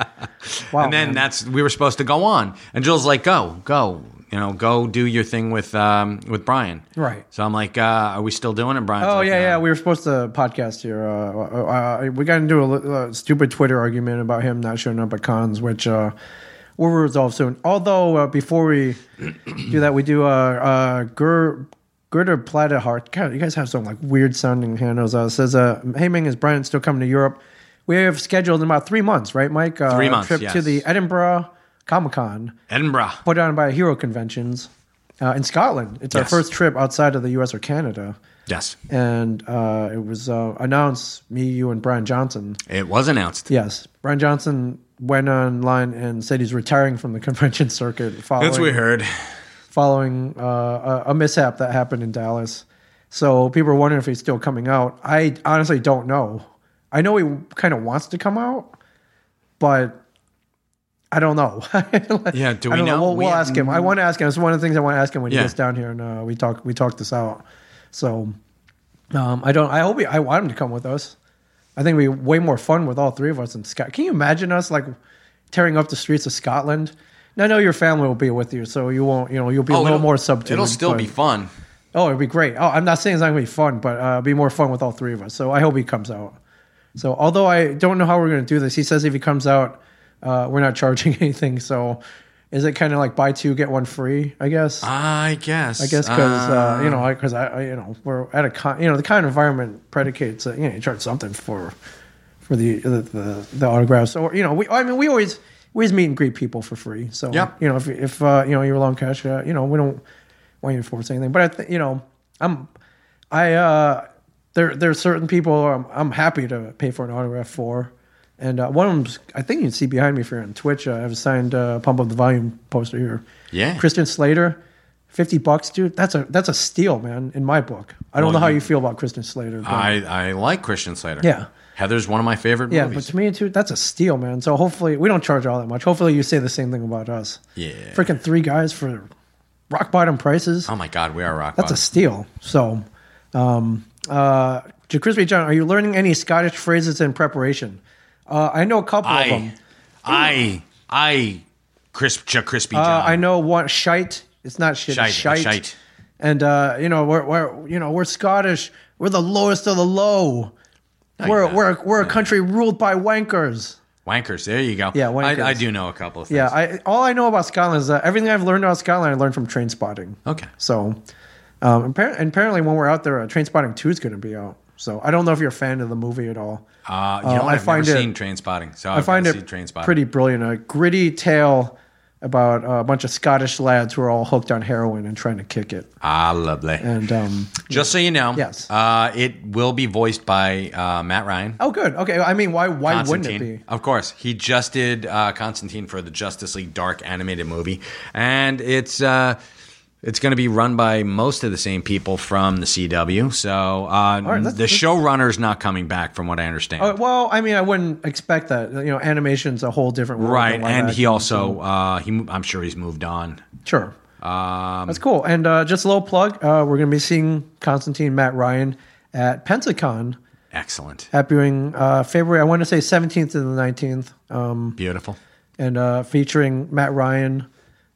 [SPEAKER 1] Wow.
[SPEAKER 2] and then
[SPEAKER 1] oh, man.
[SPEAKER 2] that's we were supposed to go on, and Jill's like, "Go, go, you know, go do your thing with um, with Brian."
[SPEAKER 1] Right.
[SPEAKER 2] So I'm like, uh, "Are we still doing it, "Uh, Brian?"
[SPEAKER 1] oh yeah, yeah. We were supposed to podcast here. Uh, uh, uh, we got into a li- uh, stupid Twitter argument about him not showing up at cons, which uh, we'll resolve soon. Although uh, before we do that, we do uh, uh, Ger. Gerda Plattehart, God, you guys have some like weird sounding handles. Uh, says, uh, "Hey Ming, is Brian still coming to Europe? We have scheduled in about three months, right, Mike? Uh,
[SPEAKER 2] Three months,
[SPEAKER 1] trip to
[SPEAKER 2] yes.
[SPEAKER 1] the Edinburgh Comic Con.
[SPEAKER 2] Edinburgh.
[SPEAKER 1] put on by Hero Conventions uh, in Scotland. It's our
[SPEAKER 2] Yes.
[SPEAKER 1] first trip outside of the U.S. or Canada,
[SPEAKER 2] Yes,
[SPEAKER 1] and uh, it was uh, announced me, you, and Brian Johnson.
[SPEAKER 2] it was announced.
[SPEAKER 1] Yes, Brian Johnson went online and said he's retiring from the convention circuit following
[SPEAKER 2] That's what we heard.
[SPEAKER 1] following uh, a, a mishap that happened in Dallas. So people are wondering if he's still coming out. I honestly don't know. I know he kind of wants to come out, but I don't know.
[SPEAKER 2] Yeah, do
[SPEAKER 1] I
[SPEAKER 2] we
[SPEAKER 1] don't
[SPEAKER 2] know?
[SPEAKER 1] We'll,
[SPEAKER 2] We
[SPEAKER 1] we'll
[SPEAKER 2] have-
[SPEAKER 1] ask him. I want to ask him. It's one of the things I want to ask him when
[SPEAKER 2] Yeah.
[SPEAKER 1] he gets down here and uh, we talk. We talk this out. So um, I don't. I hope he, I want him to come with us. I think it'd be way more fun with all three of us in Scott. Can you imagine us like tearing up the streets of Scotland? Now, I know your family will be with you, so you won't. You know, you'll be a little
[SPEAKER 2] Oh, it'll-
[SPEAKER 1] more subdued.
[SPEAKER 2] It'll still
[SPEAKER 1] but-
[SPEAKER 2] be fun.
[SPEAKER 1] Oh, it'd be great. Oh, I'm not saying it's not gonna be fun, but uh, it'd be more fun with all three of us. So I hope he comes out. So although I don't know how we're gonna do this, he says if he comes out, uh, we're not charging anything. So Is it kind of like buy two get one free? I guess.
[SPEAKER 2] I guess.
[SPEAKER 1] I guess because uh, you know, because I, I, you know, we're at a con- you know the kind of environment predicates that you know you charge something for, for the the the, the autographs or you know we I mean we always we always meet and greet people for free. So
[SPEAKER 2] Yep.
[SPEAKER 1] you know if if uh, you know you're low on cash, uh, you know we don't want you to force anything. But I think you know I'm I uh there there's certain people I'm I'm happy to pay for an autograph for. And uh, one of them's, I think you can see behind me if you're on Twitch. Uh, I have a signed uh, "Pump Up the Volume" poster here.
[SPEAKER 2] Yeah.
[SPEAKER 1] Kristen Slater, fifty bucks, dude. That's a that's a steal, man. In my book, I don't
[SPEAKER 2] Well,
[SPEAKER 1] know how
[SPEAKER 2] you-
[SPEAKER 1] you feel about Kristen Slater. But,
[SPEAKER 2] I, I like Christian Slater.
[SPEAKER 1] Yeah.
[SPEAKER 2] Heather's one of my favorite
[SPEAKER 1] yeah, but
[SPEAKER 2] movies.
[SPEAKER 1] to me, too, that's a steal, man. So hopefully, we don't charge all that much. Hopefully, you say the same thing about us.
[SPEAKER 2] Yeah.
[SPEAKER 1] Freaking three guys for rock bottom prices.
[SPEAKER 2] oh my God, we are rock
[SPEAKER 1] that's a
[SPEAKER 2] bottom.
[SPEAKER 1] steal. So, um, uh, to Crispy John, are you learning any Scottish phrases in preparation? Uh, I know a couple of them.
[SPEAKER 2] I, I, I, crisp, Ch- crispy.
[SPEAKER 1] Uh,
[SPEAKER 2] John.
[SPEAKER 1] I know one shite. It's not shit.
[SPEAKER 2] Shite,
[SPEAKER 1] Shite. Shite.
[SPEAKER 2] shite.
[SPEAKER 1] And uh, you know we're, we're you know we're Scottish. We're the lowest of the low.
[SPEAKER 2] you're
[SPEAKER 1] we're
[SPEAKER 2] not.
[SPEAKER 1] we're we're a country ruled by wankers.
[SPEAKER 2] Wankers. There you go.
[SPEAKER 1] Yeah, wankers.
[SPEAKER 2] I, I do know a couple of things.
[SPEAKER 1] Yeah. I all I know about Scotland is that everything I've learned about Scotland I learned from Train Spotting.
[SPEAKER 2] Okay.
[SPEAKER 1] So, um, appar- and apparently when we're out there, uh, Train Spotting Two is going to be out. So I don't know if you're a fan of the movie at all.
[SPEAKER 2] Uh, you
[SPEAKER 1] Uh,
[SPEAKER 2] know, what?
[SPEAKER 1] I
[SPEAKER 2] I've
[SPEAKER 1] find
[SPEAKER 2] never
[SPEAKER 1] it-
[SPEAKER 2] seen Train Spotting, so
[SPEAKER 1] I find it
[SPEAKER 2] Train Spotting.
[SPEAKER 1] pretty brilliant. A gritty tale about uh, a bunch of Scottish lads who are all hooked on heroin and trying to kick it.
[SPEAKER 2] Ah, lovely.
[SPEAKER 1] And um,
[SPEAKER 2] Just so you know,
[SPEAKER 1] Yes.
[SPEAKER 2] uh, it will be voiced by uh, Matt Ryan.
[SPEAKER 1] Oh, good. Okay. I mean, why why wouldn't it be?
[SPEAKER 2] Of course, he just did uh, Constantine for the Justice League Dark animated movie, and it's uh, it's going to be run by most of the same people from the CW. So uh,
[SPEAKER 1] that's-
[SPEAKER 2] the showrunner's not coming back, from what I understand.
[SPEAKER 1] Uh, Well, I mean, I wouldn't expect that. You know, animation's a whole different world.
[SPEAKER 2] right,
[SPEAKER 1] than live
[SPEAKER 2] and
[SPEAKER 1] action.
[SPEAKER 2] he also uh, he I'm sure he's moved on. Um,
[SPEAKER 1] sure. That's cool. And uh, just a little plug. Uh, we're going to be seeing Constantine Matt Ryan at Pensacon
[SPEAKER 2] Excellent,
[SPEAKER 1] happening uh, February. I want to say 17th to the 19th, um,
[SPEAKER 2] beautiful.
[SPEAKER 1] and uh, featuring Matt Ryan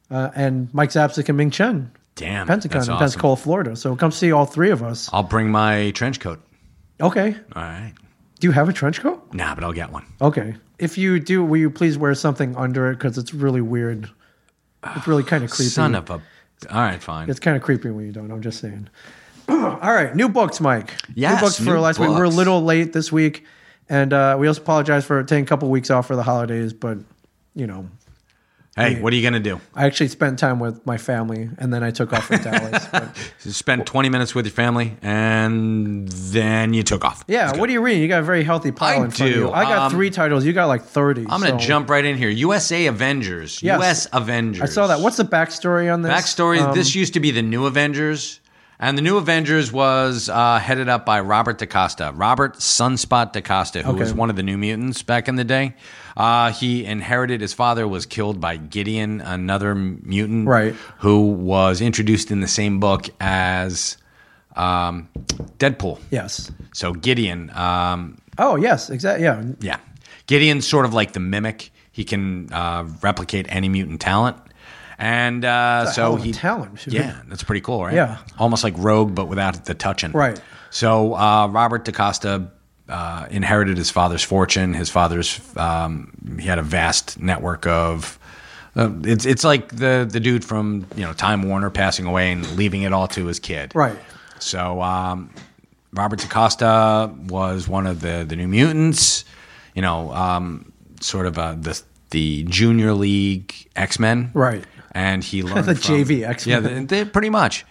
[SPEAKER 1] uh, and Mike Zapsik and Ming Chen.
[SPEAKER 2] Damn,
[SPEAKER 1] Pensacon
[SPEAKER 2] that's
[SPEAKER 1] in
[SPEAKER 2] awesome.
[SPEAKER 1] Pensacola, Florida. So come see all three of us.
[SPEAKER 2] I'll bring my trench coat.
[SPEAKER 1] Okay.
[SPEAKER 2] All right.
[SPEAKER 1] Do you have a trench coat?
[SPEAKER 2] Nah, but I'll get one.
[SPEAKER 1] Okay. If you do, will you please wear something under it? Because it's really weird. It's really kind of creepy.
[SPEAKER 2] Son of a. All right, fine.
[SPEAKER 1] it's kind of creepy when you don't. I'm just saying. All right, new books, Mike.
[SPEAKER 2] Yes,
[SPEAKER 1] new books for
[SPEAKER 2] new
[SPEAKER 1] last week. We were a
[SPEAKER 2] books.
[SPEAKER 1] little late this week, and uh, we also apologize for taking a couple weeks off for the holidays. But you know,
[SPEAKER 2] hey, what are you gonna do?
[SPEAKER 1] I actually spent time with my family, and then I took off for Dallas. But,
[SPEAKER 2] Spend 20 minutes with your family and then you took off.
[SPEAKER 1] yeah, what are you reading? You got a very healthy pile
[SPEAKER 2] I
[SPEAKER 1] in front
[SPEAKER 2] do.
[SPEAKER 1] of you. I got
[SPEAKER 2] Um,
[SPEAKER 1] three titles. You got like thirty.
[SPEAKER 2] I'm going to
[SPEAKER 1] so-
[SPEAKER 2] jump right in here. USA Avengers.
[SPEAKER 1] Yes.
[SPEAKER 2] US Avengers.
[SPEAKER 1] I saw that. What's the backstory on this?
[SPEAKER 2] backstory?
[SPEAKER 1] Um,
[SPEAKER 2] this used to be the New Avengers. And the New Avengers was uh, headed up by Robert DaCosta, Robert Sunspot DaCosta, who
[SPEAKER 1] Okay.
[SPEAKER 2] was one of the New Mutants back in the day. Uh, he inherited his father was killed by Gideon, another mutant,
[SPEAKER 1] Right.
[SPEAKER 2] Who was introduced in the same book as um, Deadpool.
[SPEAKER 1] Yes.
[SPEAKER 2] So Gideon, um,
[SPEAKER 1] Oh yes, exactly. Yeah.
[SPEAKER 2] yeah, Gideon's sort of like the mimic. He can uh, replicate any mutant talent, and uh,
[SPEAKER 1] hell
[SPEAKER 2] so
[SPEAKER 1] of a
[SPEAKER 2] he
[SPEAKER 1] talent, dude.
[SPEAKER 2] Yeah, that's pretty cool, right?
[SPEAKER 1] Yeah.
[SPEAKER 2] almost like Rogue, but without the touching.
[SPEAKER 1] Right.
[SPEAKER 2] So uh, Robert DaCosta. Uh, inherited his father's fortune. His father's um, he had a vast network of. Uh, it's it's like the the dude from you know Time Warner passing away and leaving it all to his kid.
[SPEAKER 1] Right.
[SPEAKER 2] So um, Robert DaCosta was one of the the New Mutants, you know, um, sort of uh the the Junior League X Men,
[SPEAKER 1] Right.
[SPEAKER 2] And he learned
[SPEAKER 1] The
[SPEAKER 2] from-
[SPEAKER 1] JV X-Men.
[SPEAKER 2] yeah, they, pretty much.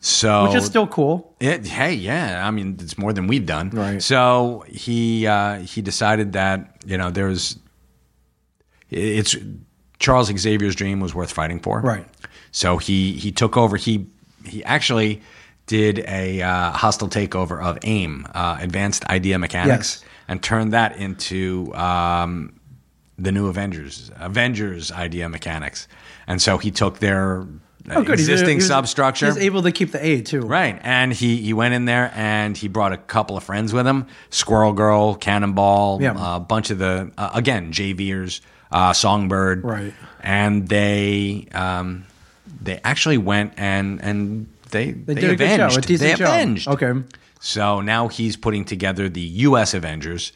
[SPEAKER 2] So
[SPEAKER 1] Which is still cool.
[SPEAKER 2] it, hey, yeah. I mean, it's more than we've done.
[SPEAKER 1] Right.
[SPEAKER 2] So he uh, he decided that you know there's it's Charles Xavier's dream was worth fighting for.
[SPEAKER 1] Right.
[SPEAKER 2] So he he took over. He he actually did a uh, hostile takeover of AIM, uh, Advanced Idea Mechanics,
[SPEAKER 1] Yes.
[SPEAKER 2] and turned that into um, the new Avengers, Avengers Idea Mechanics. And so he took their uh,
[SPEAKER 1] Oh, good. He's-
[SPEAKER 2] existing
[SPEAKER 1] he was-
[SPEAKER 2] substructure.
[SPEAKER 1] He's able to keep the A too.
[SPEAKER 2] Right. And he, he went in there and he brought a couple of friends with him Squirrel Girl, Cannonball,
[SPEAKER 1] Yeah.
[SPEAKER 2] a bunch of the, uh, again, JVers, uh, Songbird.
[SPEAKER 1] Right.
[SPEAKER 2] And they um, they actually went and, and they, they,
[SPEAKER 1] They, did a good
[SPEAKER 2] avenged.
[SPEAKER 1] job. A decent
[SPEAKER 2] they
[SPEAKER 1] job.
[SPEAKER 2] avenged.
[SPEAKER 1] Okay.
[SPEAKER 2] So now he's putting together the U.S. Avengers.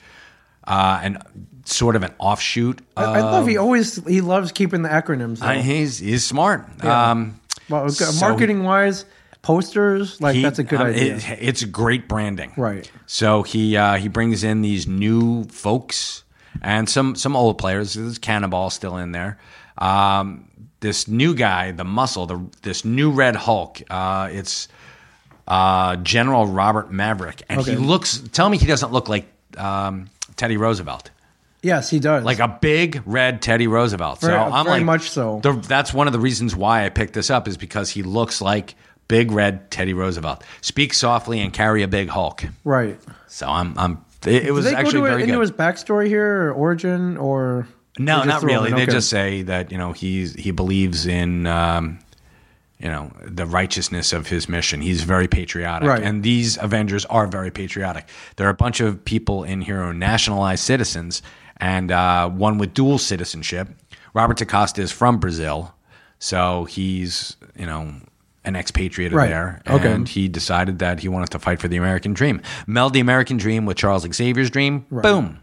[SPEAKER 2] uh, and sort of an offshoot.
[SPEAKER 1] I,
[SPEAKER 2] Of,
[SPEAKER 1] I love he always he loves keeping the acronyms. though.
[SPEAKER 2] Um, I- he's he's smart.
[SPEAKER 1] Yeah.
[SPEAKER 2] Um,
[SPEAKER 1] well,
[SPEAKER 2] so-
[SPEAKER 1] marketing wise, posters like
[SPEAKER 2] he-
[SPEAKER 1] that's a good
[SPEAKER 2] um,
[SPEAKER 1] idea.
[SPEAKER 2] it- it's great branding,
[SPEAKER 1] Right.
[SPEAKER 2] So he uh, he brings in these new folks and some some old players. There's Cannonball still in there. Um, this new guy, the muscle, the this new Red Hulk. Uh, it's uh, General Robert Maverick, and he
[SPEAKER 1] Okay.
[SPEAKER 2] looks. Tell me, he doesn't look like um, Teddy Roosevelt.
[SPEAKER 1] yes, he does.
[SPEAKER 2] like a big red Teddy Roosevelt.
[SPEAKER 1] Very-
[SPEAKER 2] so I'm
[SPEAKER 1] very
[SPEAKER 2] like,
[SPEAKER 1] much so.
[SPEAKER 2] the- that's one of the reasons why I picked this up is because he looks like big red Teddy Roosevelt. Speak softly and carry a big Hulk.
[SPEAKER 1] right.
[SPEAKER 2] So I'm, I'm. It, it was
[SPEAKER 1] Did they
[SPEAKER 2] actually
[SPEAKER 1] go to
[SPEAKER 2] very
[SPEAKER 1] into
[SPEAKER 2] good.
[SPEAKER 1] his backstory here, or origin, or
[SPEAKER 2] no,
[SPEAKER 1] they just
[SPEAKER 2] not
[SPEAKER 1] throw him
[SPEAKER 2] really.
[SPEAKER 1] in?
[SPEAKER 2] They
[SPEAKER 1] Okay.
[SPEAKER 2] just say that you know he's he believes in. Um, you know the righteousness of his mission. He's very patriotic,
[SPEAKER 1] Right.
[SPEAKER 2] and these Avengers are very patriotic. There are a bunch of people in here who are nationalized citizens, and uh, one with dual citizenship. Robert Acosta is from Brazil, so he's you know an expatriate
[SPEAKER 1] Right.
[SPEAKER 2] there,
[SPEAKER 1] Okay.
[SPEAKER 2] and he decided that he wanted to fight for the American dream. Meld the American dream with Charles Xavier's dream. Boom,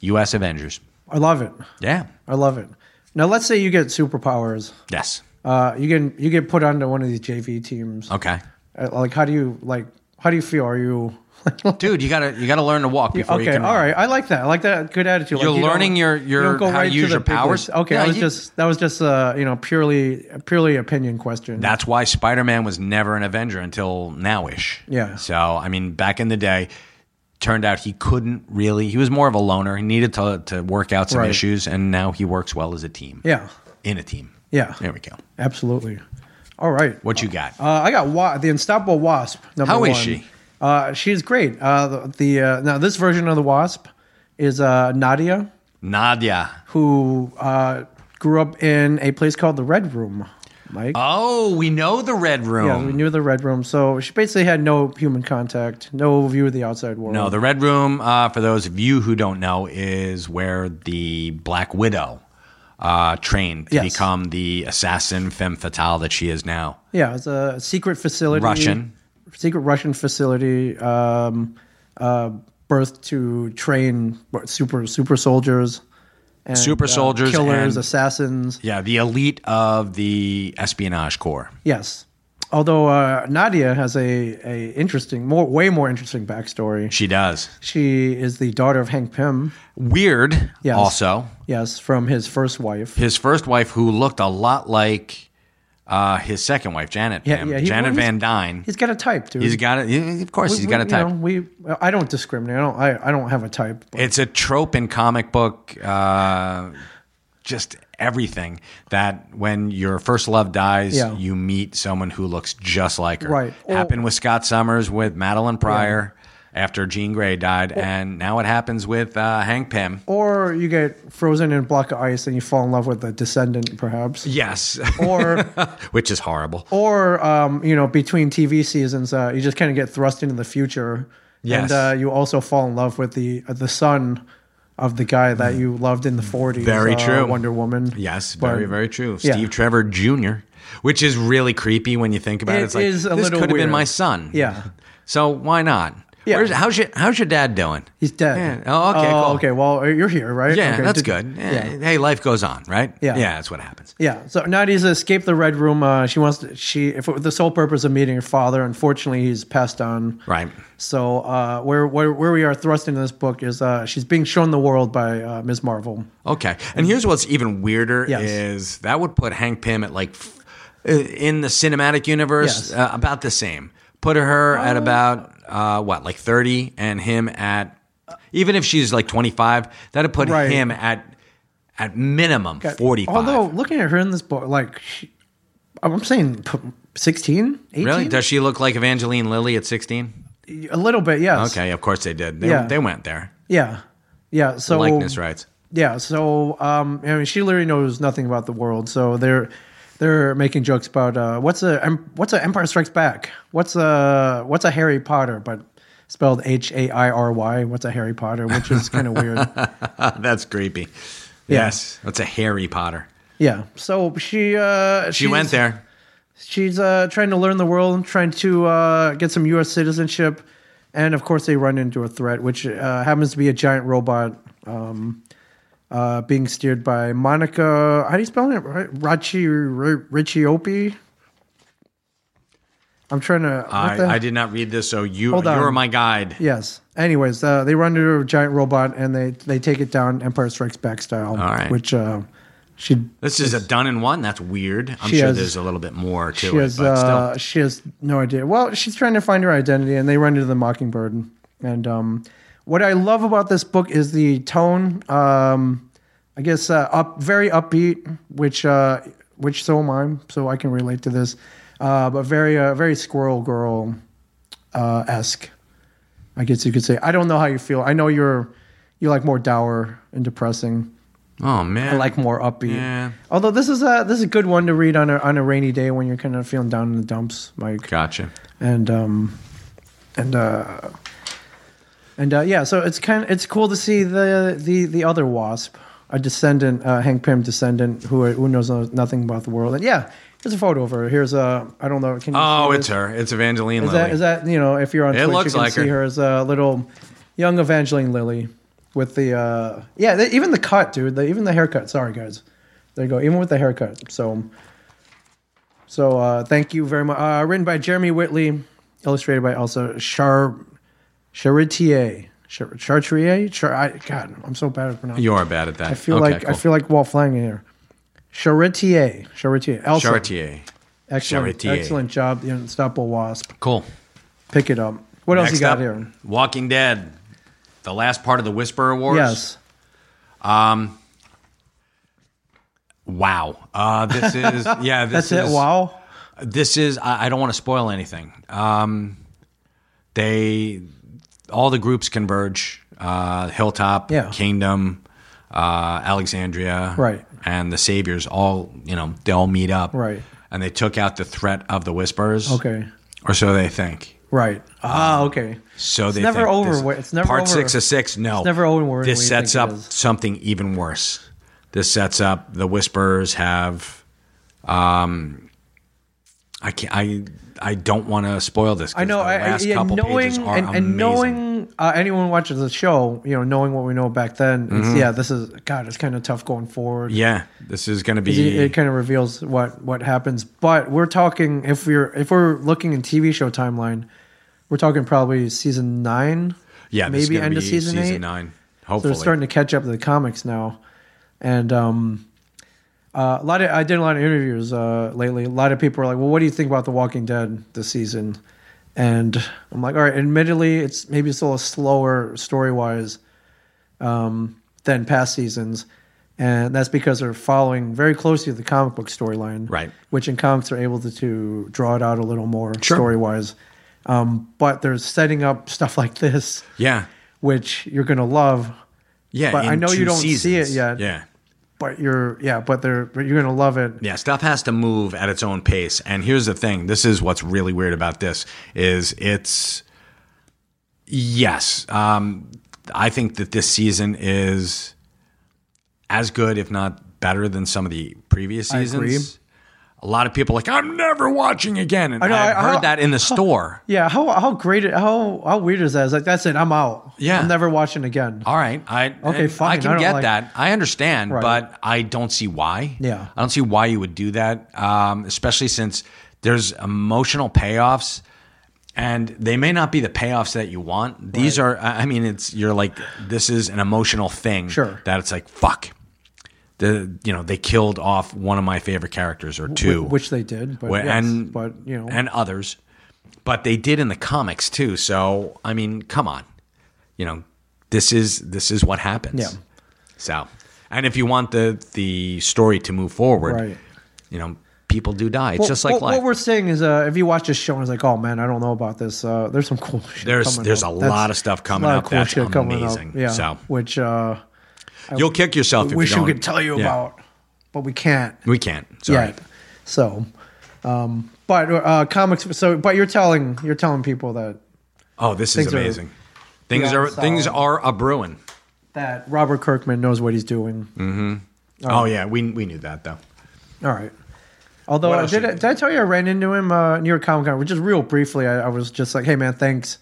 [SPEAKER 2] U.S. Avengers.
[SPEAKER 1] I love it.
[SPEAKER 2] Yeah.
[SPEAKER 1] I love it. Now let's say you get superpowers.
[SPEAKER 2] Yes.
[SPEAKER 1] Uh, you get you get put onto one of these JV teams.
[SPEAKER 2] Okay.
[SPEAKER 1] Uh, Like how do you like how do you feel? Are you
[SPEAKER 2] Dude, you gotta you gotta learn to walk before you
[SPEAKER 1] okay?
[SPEAKER 2] can.
[SPEAKER 1] All right, I like that. I like that. Good attitude.
[SPEAKER 2] You're
[SPEAKER 1] Like, you don't-
[SPEAKER 2] learning your- your-
[SPEAKER 1] you don't go
[SPEAKER 2] how to
[SPEAKER 1] right
[SPEAKER 2] use
[SPEAKER 1] the
[SPEAKER 2] your
[SPEAKER 1] big
[SPEAKER 2] powers.
[SPEAKER 1] ones. Okay,
[SPEAKER 2] Yeah,
[SPEAKER 1] I was
[SPEAKER 2] you-
[SPEAKER 1] just that was just uh you know purely purely opinion question.
[SPEAKER 2] That's why Spider Man was never an Avenger until nowish.
[SPEAKER 1] Yeah.
[SPEAKER 2] So I mean, back in the day, turned out he couldn't really. He was more of a loner. He needed to to work out some
[SPEAKER 1] Right.
[SPEAKER 2] issues, and now he works well as a team.
[SPEAKER 1] yeah,
[SPEAKER 2] In a team.
[SPEAKER 1] yeah,
[SPEAKER 2] There we go.
[SPEAKER 1] absolutely. All right.
[SPEAKER 2] What you got?
[SPEAKER 1] Uh, I got Wa- the Unstoppable Wasp. Number
[SPEAKER 2] How is
[SPEAKER 1] one.
[SPEAKER 2] she?
[SPEAKER 1] Uh, she's great. Uh, the the, uh, now this version of the Wasp is uh, Nadia,
[SPEAKER 2] Nadia.
[SPEAKER 1] who uh, grew up in a place called the Red Room. Mike.
[SPEAKER 2] Oh, we know the Red Room.
[SPEAKER 1] yeah, we knew the Red Room, so she basically had no human contact, no view of the outside world.
[SPEAKER 2] No, the Red Room, uh, for those of you who don't know, is where the Black Widow uh, trained to
[SPEAKER 1] Yes.
[SPEAKER 2] become the assassin femme fatale that she is now.
[SPEAKER 1] yeah, it's a secret facility,
[SPEAKER 2] Russian.
[SPEAKER 1] secret Russian facility, um, uh, birth to train super super soldiers, and,
[SPEAKER 2] Super
[SPEAKER 1] uh,
[SPEAKER 2] soldiers
[SPEAKER 1] killers,
[SPEAKER 2] and-
[SPEAKER 1] assassins.
[SPEAKER 2] Yeah, the elite of the espionage corps.
[SPEAKER 1] Yes. Although uh, Nadia has a, a interesting, more way more interesting backstory.
[SPEAKER 2] She does.
[SPEAKER 1] She is the daughter of Hank Pym.
[SPEAKER 2] Weird,
[SPEAKER 1] Yes.
[SPEAKER 2] also.
[SPEAKER 1] Yes, from his first wife.
[SPEAKER 2] His first wife, who looked a lot like uh, his second wife, Janet.
[SPEAKER 1] Yeah,
[SPEAKER 2] Pym.
[SPEAKER 1] yeah, he-
[SPEAKER 2] Janet
[SPEAKER 1] well, he's-
[SPEAKER 2] Van Dyne.
[SPEAKER 1] He's got a type, dude.
[SPEAKER 2] he's got it. Of course, he's got a
[SPEAKER 1] We-
[SPEAKER 2] type.
[SPEAKER 1] You know, we. I don't discriminate. I don't. I, I don't have a type. but-
[SPEAKER 2] it's a trope in comic book uh, just everything that when your first love dies
[SPEAKER 1] Yeah.
[SPEAKER 2] you meet someone who looks just like her
[SPEAKER 1] Right. Or-
[SPEAKER 2] happened with scott summers with madeline pryor after jean gray died and now it happens with uh, hank pym
[SPEAKER 1] or you get frozen in a block of ice and you fall in love with a descendant, perhaps.
[SPEAKER 2] yes
[SPEAKER 1] Or
[SPEAKER 2] which is horrible
[SPEAKER 1] or um, you know, between TV seasons, uh, you just kind of get thrust into the future.
[SPEAKER 2] Yes.
[SPEAKER 1] And uh, you also fall in love with the uh, the son of the guy that you loved in the 40s.
[SPEAKER 2] Hmm. Very
[SPEAKER 1] uh,
[SPEAKER 2] true.
[SPEAKER 1] Wonder Woman.
[SPEAKER 2] yes
[SPEAKER 1] But
[SPEAKER 2] very very true
[SPEAKER 1] yeah.
[SPEAKER 2] steve trevor jr which is really creepy when you think about it,
[SPEAKER 1] It
[SPEAKER 2] it's like
[SPEAKER 1] is a
[SPEAKER 2] this
[SPEAKER 1] little
[SPEAKER 2] could have been
[SPEAKER 1] weird.
[SPEAKER 2] my son
[SPEAKER 1] Yeah.
[SPEAKER 2] so why not
[SPEAKER 1] Yeah.
[SPEAKER 2] Where's, how's your how's your dad doing
[SPEAKER 1] He's dead.
[SPEAKER 2] Yeah. Oh, okay, cool.
[SPEAKER 1] Okay, well, you're here, right?
[SPEAKER 2] Yeah,
[SPEAKER 1] Okay,
[SPEAKER 2] that's
[SPEAKER 1] did-
[SPEAKER 2] good. Yeah. Hey, life goes on, right?
[SPEAKER 1] Yeah.
[SPEAKER 2] Yeah, that's what happens.
[SPEAKER 1] Yeah. So Nadia's escaped the Red Room. Uh, she wants to, she, if the sole purpose of meeting her father, unfortunately, he's passed on.
[SPEAKER 2] Right.
[SPEAKER 1] So uh, where, where where we are thrust into this book is uh, she's being shown the world by uh, Ms. Marvel.
[SPEAKER 2] Okay. And here's what's even weirder
[SPEAKER 1] Mm-hmm. Yes.
[SPEAKER 2] is that would put Hank Pym at like f- uh, in the cinematic universe
[SPEAKER 1] Yes.
[SPEAKER 2] uh, about the same. Put her at about uh, what, like 30 and him at even if she's like 25, that'd put
[SPEAKER 1] Right.
[SPEAKER 2] him at at minimum 45.
[SPEAKER 1] Although looking at her in this book, like she, I'm saying, p- 16, 18?
[SPEAKER 2] really? Does she look like Evangeline Lilly at 16?
[SPEAKER 1] a little bit? Yes.
[SPEAKER 2] Okay, of course they did. They,
[SPEAKER 1] Yeah.
[SPEAKER 2] they went there.
[SPEAKER 1] Yeah. Yeah. So
[SPEAKER 2] Likeness rights.
[SPEAKER 1] Yeah. So um, I mean, she literally knows nothing about the world. So they're they're making jokes about uh, what's a em- what's a Empire Strikes Back? What's a what's a Harry Potter? But spelled H A I R Y. What's a Harry Potter? Which is kind of weird.
[SPEAKER 2] That's creepy.
[SPEAKER 1] Yeah.
[SPEAKER 2] Yes. That's a Harry Potter.
[SPEAKER 1] Yeah. So she uh,
[SPEAKER 2] She went there.
[SPEAKER 1] She's uh, trying to learn the world, trying to uh, get some U.S. citizenship. and of course they run into a threat, which uh, happens to be a giant robot um, uh, being steered by Monica. How do you spell it? Right? Rachi R- Richiopi. I'm trying to. what
[SPEAKER 2] I,
[SPEAKER 1] the-
[SPEAKER 2] I did not read this, so you
[SPEAKER 1] Hold on.
[SPEAKER 2] you're my guide.
[SPEAKER 1] Yes. Anyways, uh, they run into a giant robot and they they take it down Empire Strikes Back style.
[SPEAKER 2] All right.
[SPEAKER 1] Which uh, she
[SPEAKER 2] This is a done in one. That's weird. I'm
[SPEAKER 1] She
[SPEAKER 2] sure
[SPEAKER 1] has-
[SPEAKER 2] there's a little bit more to
[SPEAKER 1] she
[SPEAKER 2] it,
[SPEAKER 1] has
[SPEAKER 2] but
[SPEAKER 1] uh,
[SPEAKER 2] still.
[SPEAKER 1] she has no idea. Well, she's trying to find her identity, and they run into the Mockingbird. And um, what I love about this book is the tone. Um, I guess uh, up very upbeat, which uh, which so am I, so I can relate to this. Uh, but very uh, very Squirrel Girl uh, esque. I guess you could say. I don't know how you feel. I know you're you like more dour and depressing.
[SPEAKER 2] Oh man,
[SPEAKER 1] I like more upbeat.
[SPEAKER 2] Yeah.
[SPEAKER 1] Although this is a this is a good one to read on a on a rainy day when you're kind of feeling down in the dumps, Mike.
[SPEAKER 2] Gotcha.
[SPEAKER 1] And um, and uh, and uh, yeah. So it's kind of it's cool to see the the the other wasp, a descendant, uh, Hank Pym descendant who who knows nothing about the world. And yeah, here's a photo of her. Here's a I don't know. Can you
[SPEAKER 2] Oh,
[SPEAKER 1] see
[SPEAKER 2] it's
[SPEAKER 1] this?
[SPEAKER 2] her. It's Evangeline
[SPEAKER 1] Is
[SPEAKER 2] Lilly.
[SPEAKER 1] that is that you know if you're on
[SPEAKER 2] It
[SPEAKER 1] Twitch you
[SPEAKER 2] looks
[SPEAKER 1] can
[SPEAKER 2] like
[SPEAKER 1] see her.
[SPEAKER 2] her.
[SPEAKER 1] as a little young Evangeline Lilly with the uh yeah the, even the cut dude the, even the haircut sorry guys there you go even with the haircut so so uh thank you very much uh written by Jeremy Whitley illustrated by Elsa Char Charitier Char- Chartrier Char I, God I'm so bad at pronouncing
[SPEAKER 2] you are bad at that.
[SPEAKER 1] I feel
[SPEAKER 2] okay,
[SPEAKER 1] like
[SPEAKER 2] cool.
[SPEAKER 1] I feel like Walt Flang here Charitier Charitier Elsa
[SPEAKER 2] Chartier.
[SPEAKER 1] excellent
[SPEAKER 2] Charretier.
[SPEAKER 1] excellent job the unstoppable wasp
[SPEAKER 2] Cool.
[SPEAKER 1] pick it up. What else you
[SPEAKER 2] Next
[SPEAKER 1] got
[SPEAKER 2] up,
[SPEAKER 1] here?
[SPEAKER 2] Walking Dead, the last part of the Whisper Awards.
[SPEAKER 1] Yes.
[SPEAKER 2] Wow. Uh, this is yeah. This
[SPEAKER 1] That's it.
[SPEAKER 2] is,
[SPEAKER 1] Wow.
[SPEAKER 2] This is. I, I don't want to spoil anything. Um, they all the groups converge. Uh, Hilltop,
[SPEAKER 1] Yeah.
[SPEAKER 2] Kingdom, uh, Alexandria,
[SPEAKER 1] Right.
[SPEAKER 2] and the Saviors. All you know, they all meet up,
[SPEAKER 1] Right.
[SPEAKER 2] And they took out the threat of the Whispers.
[SPEAKER 1] Okay.
[SPEAKER 2] or so they think.
[SPEAKER 1] Right. Ah, okay.
[SPEAKER 2] So they
[SPEAKER 1] never
[SPEAKER 2] think
[SPEAKER 1] over
[SPEAKER 2] this-
[SPEAKER 1] wi- it's never
[SPEAKER 2] part
[SPEAKER 1] over.
[SPEAKER 2] six of six. No,
[SPEAKER 1] It's never over when you
[SPEAKER 2] This sets
[SPEAKER 1] think
[SPEAKER 2] up
[SPEAKER 1] it is.
[SPEAKER 2] something even worse. This sets up the whispers have. Um, I can't. I I don't want to spoil this. 'cause
[SPEAKER 1] I know.
[SPEAKER 2] The
[SPEAKER 1] I, I,
[SPEAKER 2] last
[SPEAKER 1] yeah,
[SPEAKER 2] couple
[SPEAKER 1] knowing
[SPEAKER 2] pages are
[SPEAKER 1] and, and
[SPEAKER 2] amazing.
[SPEAKER 1] knowing uh, anyone who watches the show, you know, knowing what we know back then, it's, yeah, this is God. It's kind of tough going forward.
[SPEAKER 2] Mm-hmm. Yeah, this is going to
[SPEAKER 1] It,
[SPEAKER 2] be.
[SPEAKER 1] kind of reveals what what happens. But we're talking if we're if we're looking in TV show timeline, we're talking probably season nine.
[SPEAKER 2] yeah, this is
[SPEAKER 1] maybe
[SPEAKER 2] gonna
[SPEAKER 1] end of
[SPEAKER 2] be
[SPEAKER 1] season eight?
[SPEAKER 2] nine.
[SPEAKER 1] they're
[SPEAKER 2] Hopefully,
[SPEAKER 1] starting to catch up to the comics now, and um, uh, a lot of I did a lot of interviews uh, lately. A lot of people are like, "Well, what do you think about The Walking Dead this season?" And I'm like, "All right, admittedly, it's maybe it's a little slower story wise um, than past seasons." And that's because they're following very closely the comic book storyline,
[SPEAKER 2] Right.
[SPEAKER 1] Which in comics are able to, to draw it out a little more
[SPEAKER 2] Sure.
[SPEAKER 1] story wise, um, but they're setting up stuff like this,
[SPEAKER 2] yeah,
[SPEAKER 1] which you're gonna love
[SPEAKER 2] yeah.
[SPEAKER 1] But I
[SPEAKER 2] in
[SPEAKER 1] know you
[SPEAKER 2] two
[SPEAKER 1] don't see
[SPEAKER 2] seasons.
[SPEAKER 1] it yet.
[SPEAKER 2] Yeah,
[SPEAKER 1] but you're yeah but they're but you're gonna love it
[SPEAKER 2] Yeah, stuff has to move at its own pace. And here's the thing, this is what's really weird about this is it's yes, um I think that this season is as good if not better than some of the previous
[SPEAKER 1] I
[SPEAKER 2] seasons.
[SPEAKER 1] agree.
[SPEAKER 2] A lot of people are like I'm never watching again and I
[SPEAKER 1] know,
[SPEAKER 2] have
[SPEAKER 1] I- I-
[SPEAKER 2] heard that in the store.
[SPEAKER 1] yeah how how great it, how how weird is that it's like that's it i'm out
[SPEAKER 2] Yeah.
[SPEAKER 1] i'm never watching again
[SPEAKER 2] All right, I
[SPEAKER 1] Okay,
[SPEAKER 2] and I
[SPEAKER 1] fine,
[SPEAKER 2] can
[SPEAKER 1] I don't
[SPEAKER 2] get
[SPEAKER 1] like-
[SPEAKER 2] that. I understand,
[SPEAKER 1] Right.
[SPEAKER 2] but I don't see why.
[SPEAKER 1] Yeah.
[SPEAKER 2] I don't see why you would do that, um, especially since there's emotional payoffs, and they may not be the payoffs that you want. These are, I I mean, it's you're like this is an emotional thing.
[SPEAKER 1] Sure.
[SPEAKER 2] that it's like fuck. The you know they killed off one of my favorite characters or two,
[SPEAKER 1] which they did but
[SPEAKER 2] Wh-
[SPEAKER 1] yes,
[SPEAKER 2] and
[SPEAKER 1] but you know
[SPEAKER 2] and others, but they did in the comics too. So I mean, come on, you know, this is this is what happens.
[SPEAKER 1] Yeah.
[SPEAKER 2] So, and if you want the the story to move forward,
[SPEAKER 1] Right.
[SPEAKER 2] you know, people do die. It's
[SPEAKER 1] Well,
[SPEAKER 2] just like
[SPEAKER 1] what,
[SPEAKER 2] life.
[SPEAKER 1] what we're saying is uh if you watch this show and it's like oh man i don't know about this uh there's some cool shit
[SPEAKER 2] There's-
[SPEAKER 1] coming
[SPEAKER 2] there's
[SPEAKER 1] up.
[SPEAKER 2] a
[SPEAKER 1] That's-
[SPEAKER 2] lot of stuff
[SPEAKER 1] there's a
[SPEAKER 2] coming
[SPEAKER 1] lot
[SPEAKER 2] up
[SPEAKER 1] of cool
[SPEAKER 2] that's
[SPEAKER 1] shit coming
[SPEAKER 2] amazing.
[SPEAKER 1] up yeah
[SPEAKER 2] So-
[SPEAKER 1] which uh
[SPEAKER 2] You'll kick yourself. if
[SPEAKER 1] wish
[SPEAKER 2] you
[SPEAKER 1] we
[SPEAKER 2] don't.
[SPEAKER 1] could tell you
[SPEAKER 2] Yeah.
[SPEAKER 1] about but we can't
[SPEAKER 2] We can't. Sorry.
[SPEAKER 1] yet so um but uh comics so but you're telling you're telling people that
[SPEAKER 2] Oh, this is
[SPEAKER 1] Things are-
[SPEAKER 2] amazing. things
[SPEAKER 1] Yeah,
[SPEAKER 2] are
[SPEAKER 1] so-
[SPEAKER 2] things are a brewing.
[SPEAKER 1] that robert kirkman knows what he's doing
[SPEAKER 2] Oh yeah, we we knew that though.
[SPEAKER 1] All right. Although
[SPEAKER 2] What
[SPEAKER 1] I
[SPEAKER 2] else
[SPEAKER 1] did,
[SPEAKER 2] you-
[SPEAKER 1] did I tell you I ran into him uh, near Comic Con? Just real briefly, I, I was just like, "Hey man, thanks.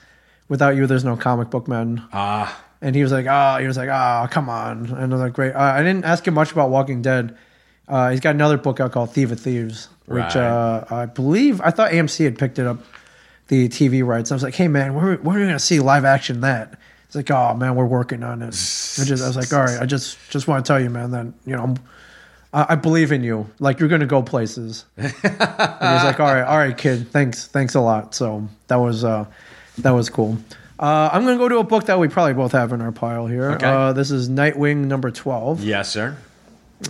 [SPEAKER 1] without you, there's no comic book men.
[SPEAKER 2] Ah,
[SPEAKER 1] and he was like, ah, he was like, ah, come on. And I was like, great. Uh, I didn't ask him much about Walking Dead. Uh, he's got another book out called Thief of Thieves, which
[SPEAKER 2] Right.
[SPEAKER 1] uh, I believe I thought AMC had picked it up, the TV rights. I was like, hey man, where where are we gonna see live action that? He's like, oh man, we're working on it. I just, I was like, all right, I just just want to tell you, man, that you know, I'm, I, I believe in you. Like you're gonna go places. and he's like, all right, all right, kid, thanks, thanks a lot. So that was uh, that was cool. Uh, I'm gonna go to a book that we probably both have in our pile here.
[SPEAKER 2] Okay.
[SPEAKER 1] Uh, this is Nightwing number twelve.
[SPEAKER 2] yes, sir.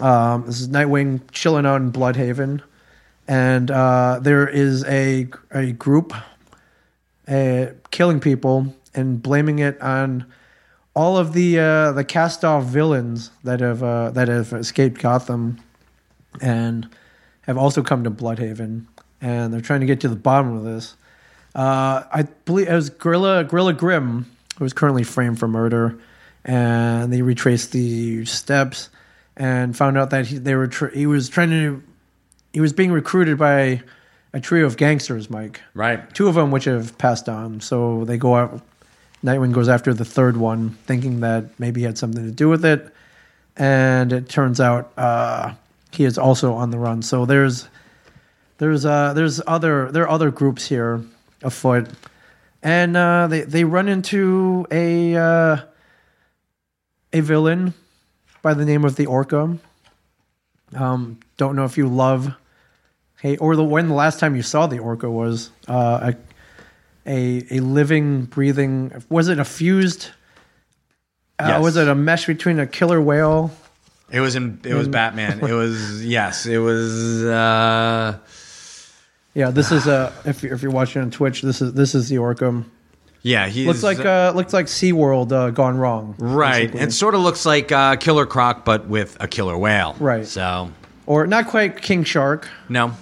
[SPEAKER 1] Um, this is Nightwing chilling out in Bloodhaven, and uh, there is a a group uh, killing people and blaming it on all of the uh, the cast off villains that have uh, that have escaped Gotham and have also come to Bloodhaven, and they're trying to get to the bottom of this. Uh, I believe it was Gorilla Gorilla Grim who is currently framed for murder, and they retraced the steps and found out that he, they were tr- he was trying to he was being recruited by a trio of gangsters, Mike.
[SPEAKER 2] Right.
[SPEAKER 1] Two of them which have passed on, so they go out. Nightwing goes after the third one, thinking that maybe he had something to do with it, and it turns out uh, he is also on the run. So there's there's uh there's other there are other groups here afoot, and uh, they they run into a uh, a villain by the name of the Orca. Um, don't know if you love, hey, or the when the last time you saw the Orca was uh, a, a a living, breathing. Was it a fused? Uh,
[SPEAKER 2] Yes.
[SPEAKER 1] Was it a Mm. mesh between a killer whale?
[SPEAKER 2] It was in. It was Batman. It was yes. It was. uh
[SPEAKER 1] Yeah, this is a. If you're, if you're watching on Twitch, this is this is the Orca.
[SPEAKER 2] Yeah, he
[SPEAKER 1] Looks
[SPEAKER 2] is,
[SPEAKER 1] like uh, looks like SeaWorld uh, gone wrong.
[SPEAKER 2] right.
[SPEAKER 1] basically.
[SPEAKER 2] It sort of looks like uh, Killer Croc, but with a killer whale.
[SPEAKER 1] Right.
[SPEAKER 2] So
[SPEAKER 1] or not quite King Shark.
[SPEAKER 2] no.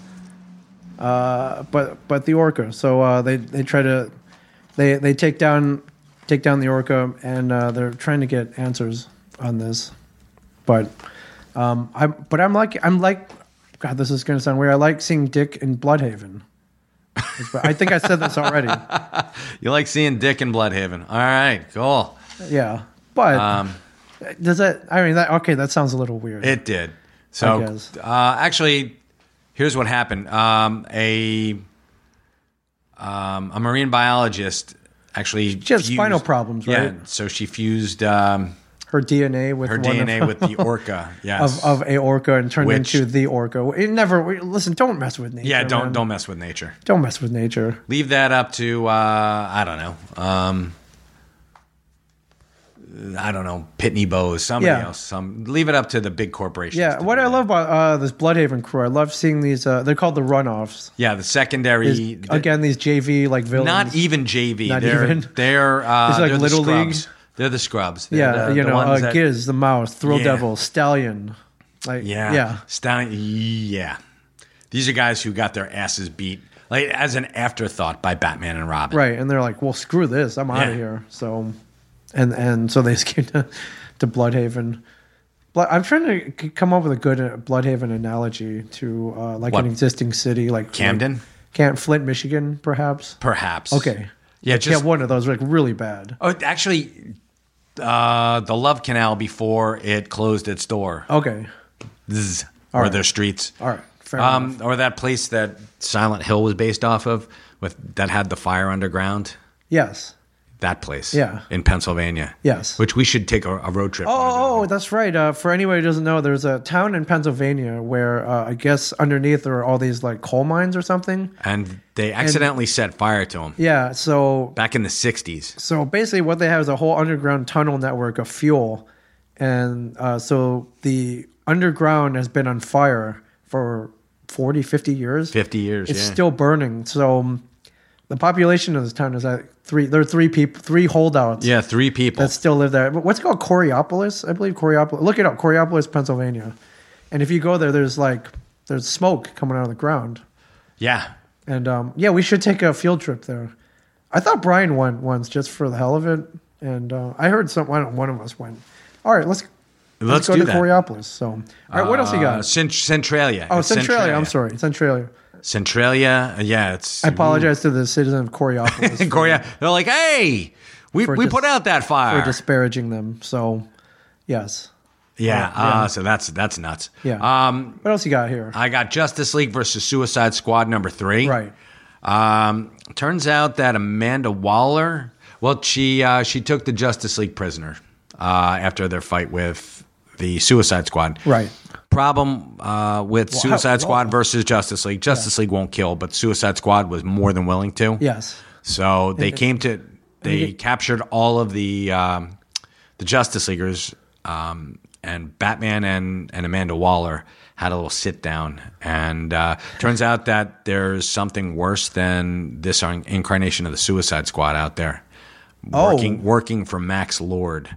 [SPEAKER 1] but but the orca. So uh, they they try to they they take down take down the orca, and uh, they're trying to get answers on this. But um, I'm but I'm like I'm like God, this is going to sound weird. I like seeing Dick in Bloodhaven. I think I said this already.
[SPEAKER 2] You like seeing Dick in Bloodhaven? All right, cool.
[SPEAKER 1] Yeah, but
[SPEAKER 2] Um,
[SPEAKER 1] does that? I mean, that okay? That sounds a little weird.
[SPEAKER 2] It did. So
[SPEAKER 1] I guess.
[SPEAKER 2] uh, actually, here's what happened. Um, a um, a marine biologist actually
[SPEAKER 1] She has spinal problems,
[SPEAKER 2] Yeah,
[SPEAKER 1] right?
[SPEAKER 2] so she fused um,
[SPEAKER 1] her DNA with
[SPEAKER 2] her
[SPEAKER 1] one of-
[SPEAKER 2] DNA with the orca. Yes.
[SPEAKER 1] Of, of a orca and turned
[SPEAKER 2] Which-
[SPEAKER 1] into the orca. It never we- listen. Don't mess with nature.
[SPEAKER 2] yeah, don't
[SPEAKER 1] man.
[SPEAKER 2] don't mess with nature.
[SPEAKER 1] don't mess with nature.
[SPEAKER 2] Leave that up to uh, I don't know. Um, I don't know, Pitney Bowes, somebody
[SPEAKER 1] Yeah.
[SPEAKER 2] else. Some leave it up to the big corporations.
[SPEAKER 1] Yeah,
[SPEAKER 2] to
[SPEAKER 1] what
[SPEAKER 2] do
[SPEAKER 1] I
[SPEAKER 2] that.
[SPEAKER 1] love about uh, this Bloodhaven crew, I love seeing these. Uh, they're called the runoffs.
[SPEAKER 2] Yeah, the secondary
[SPEAKER 1] Is, again, these JV like villains.
[SPEAKER 2] Not even JV.
[SPEAKER 1] Not
[SPEAKER 2] they're,
[SPEAKER 1] even.
[SPEAKER 2] They're uh,
[SPEAKER 1] It's like
[SPEAKER 2] they're
[SPEAKER 1] Little
[SPEAKER 2] the
[SPEAKER 1] League.
[SPEAKER 2] scrubs. They're the scrubs. They're
[SPEAKER 1] yeah,
[SPEAKER 2] the-
[SPEAKER 1] you
[SPEAKER 2] the
[SPEAKER 1] know,
[SPEAKER 2] ones
[SPEAKER 1] uh,
[SPEAKER 2] that-
[SPEAKER 1] Giz, the mouse, Thrill
[SPEAKER 2] Yeah.
[SPEAKER 1] Devil, Stallion. Like
[SPEAKER 2] Yeah,
[SPEAKER 1] yeah, yeah,
[SPEAKER 2] Stallion- yeah. These are guys who got their asses beat, like as an afterthought by Batman and Robin.
[SPEAKER 1] right. And they're like, well, screw this, I'm out
[SPEAKER 2] Yeah.
[SPEAKER 1] of here. So, and and so they escaped to, to Bloodhaven. Blood, I'm trying to c- come up with a good uh, Bloodhaven analogy to uh, like
[SPEAKER 2] What?
[SPEAKER 1] an existing city, like
[SPEAKER 2] Camden?
[SPEAKER 1] like, Cam- Flint, Michigan, perhaps.
[SPEAKER 2] Perhaps.
[SPEAKER 1] Okay,
[SPEAKER 2] Yeah.
[SPEAKER 1] yeah,
[SPEAKER 2] Just
[SPEAKER 1] one of those like really bad.
[SPEAKER 2] oh, actually, uh, the Love Canal before it closed its door,
[SPEAKER 1] Okay,
[SPEAKER 2] Zzz,
[SPEAKER 1] All
[SPEAKER 2] or
[SPEAKER 1] right.
[SPEAKER 2] their streets.
[SPEAKER 1] all right, fair enough.
[SPEAKER 2] Um, or that place that Silent Hill was based off of, with that had the fire underground.
[SPEAKER 1] Yes.
[SPEAKER 2] That place,
[SPEAKER 1] Yeah.
[SPEAKER 2] in Pennsylvania,
[SPEAKER 1] Yes.
[SPEAKER 2] which we should take a, a road trip. one of
[SPEAKER 1] Oh, oh, that's right. Uh, for anybody who doesn't know, there's a town in Pennsylvania where uh, I guess underneath there are all these like coal mines or something.
[SPEAKER 2] and they accidentally set fire to him
[SPEAKER 1] Yeah. So
[SPEAKER 2] back in the 60s.
[SPEAKER 1] so basically, what they have is a whole underground tunnel network of fuel, and uh, so the underground has been on fire for 40, 50 years.
[SPEAKER 2] 50 years.
[SPEAKER 1] It's
[SPEAKER 2] yeah.
[SPEAKER 1] still burning. So um, the population of this town is at three. There are three people, three holdouts.
[SPEAKER 2] yeah, three people.
[SPEAKER 1] that still live there. What's it called Coriopolis? I believe Coriopolis. Look it up, Coriopolis, Pennsylvania. And if you go there, there's like there's smoke coming out of the ground.
[SPEAKER 2] yeah.
[SPEAKER 1] And um, yeah, we should take a field trip there. I thought Brian went once just for the hell of it, and uh, I heard some one one of us went. All right, let's
[SPEAKER 2] Let's
[SPEAKER 1] let's, go
[SPEAKER 2] do
[SPEAKER 1] to
[SPEAKER 2] that.
[SPEAKER 1] Coriopolis. So all right, what else you
[SPEAKER 2] Uh,
[SPEAKER 1] got?
[SPEAKER 2] Cent- Centralia.
[SPEAKER 1] Oh,
[SPEAKER 2] It's
[SPEAKER 1] Centralia. I'm sorry, Centralia.
[SPEAKER 2] Centralia. Yeah, it's
[SPEAKER 1] I apologize to the citizen of Coriopolis for-
[SPEAKER 2] Korea. They're like, hey, we,
[SPEAKER 1] For
[SPEAKER 2] we
[SPEAKER 1] dis-
[SPEAKER 2] put out that
[SPEAKER 1] for
[SPEAKER 2] fire.
[SPEAKER 1] disparaging them. So, yes.
[SPEAKER 2] yeah, Uh, so that's that's nuts.
[SPEAKER 1] Yeah.
[SPEAKER 2] Um,
[SPEAKER 1] What else you got here?
[SPEAKER 2] I got Justice League versus Suicide Squad number three.
[SPEAKER 1] right.
[SPEAKER 2] Um, turns out that Amanda Waller, well, she uh, she took the Justice League prisoner uh, after their fight with the Suicide Squad.
[SPEAKER 1] Right.
[SPEAKER 2] Problem uh, with Suicide Squad
[SPEAKER 1] well-
[SPEAKER 2] versus Justice League. Justice League won't kill, but Suicide Squad was more than willing to.
[SPEAKER 1] Yes.
[SPEAKER 2] So they came to they captured all of the um, the Justice Leaguers, um, and Batman and and Amanda Waller had a little sit down, and uh, turns out that there's something worse than this in- incarnation of the Suicide Squad out there,
[SPEAKER 1] Oh.
[SPEAKER 2] working working for Max Lord,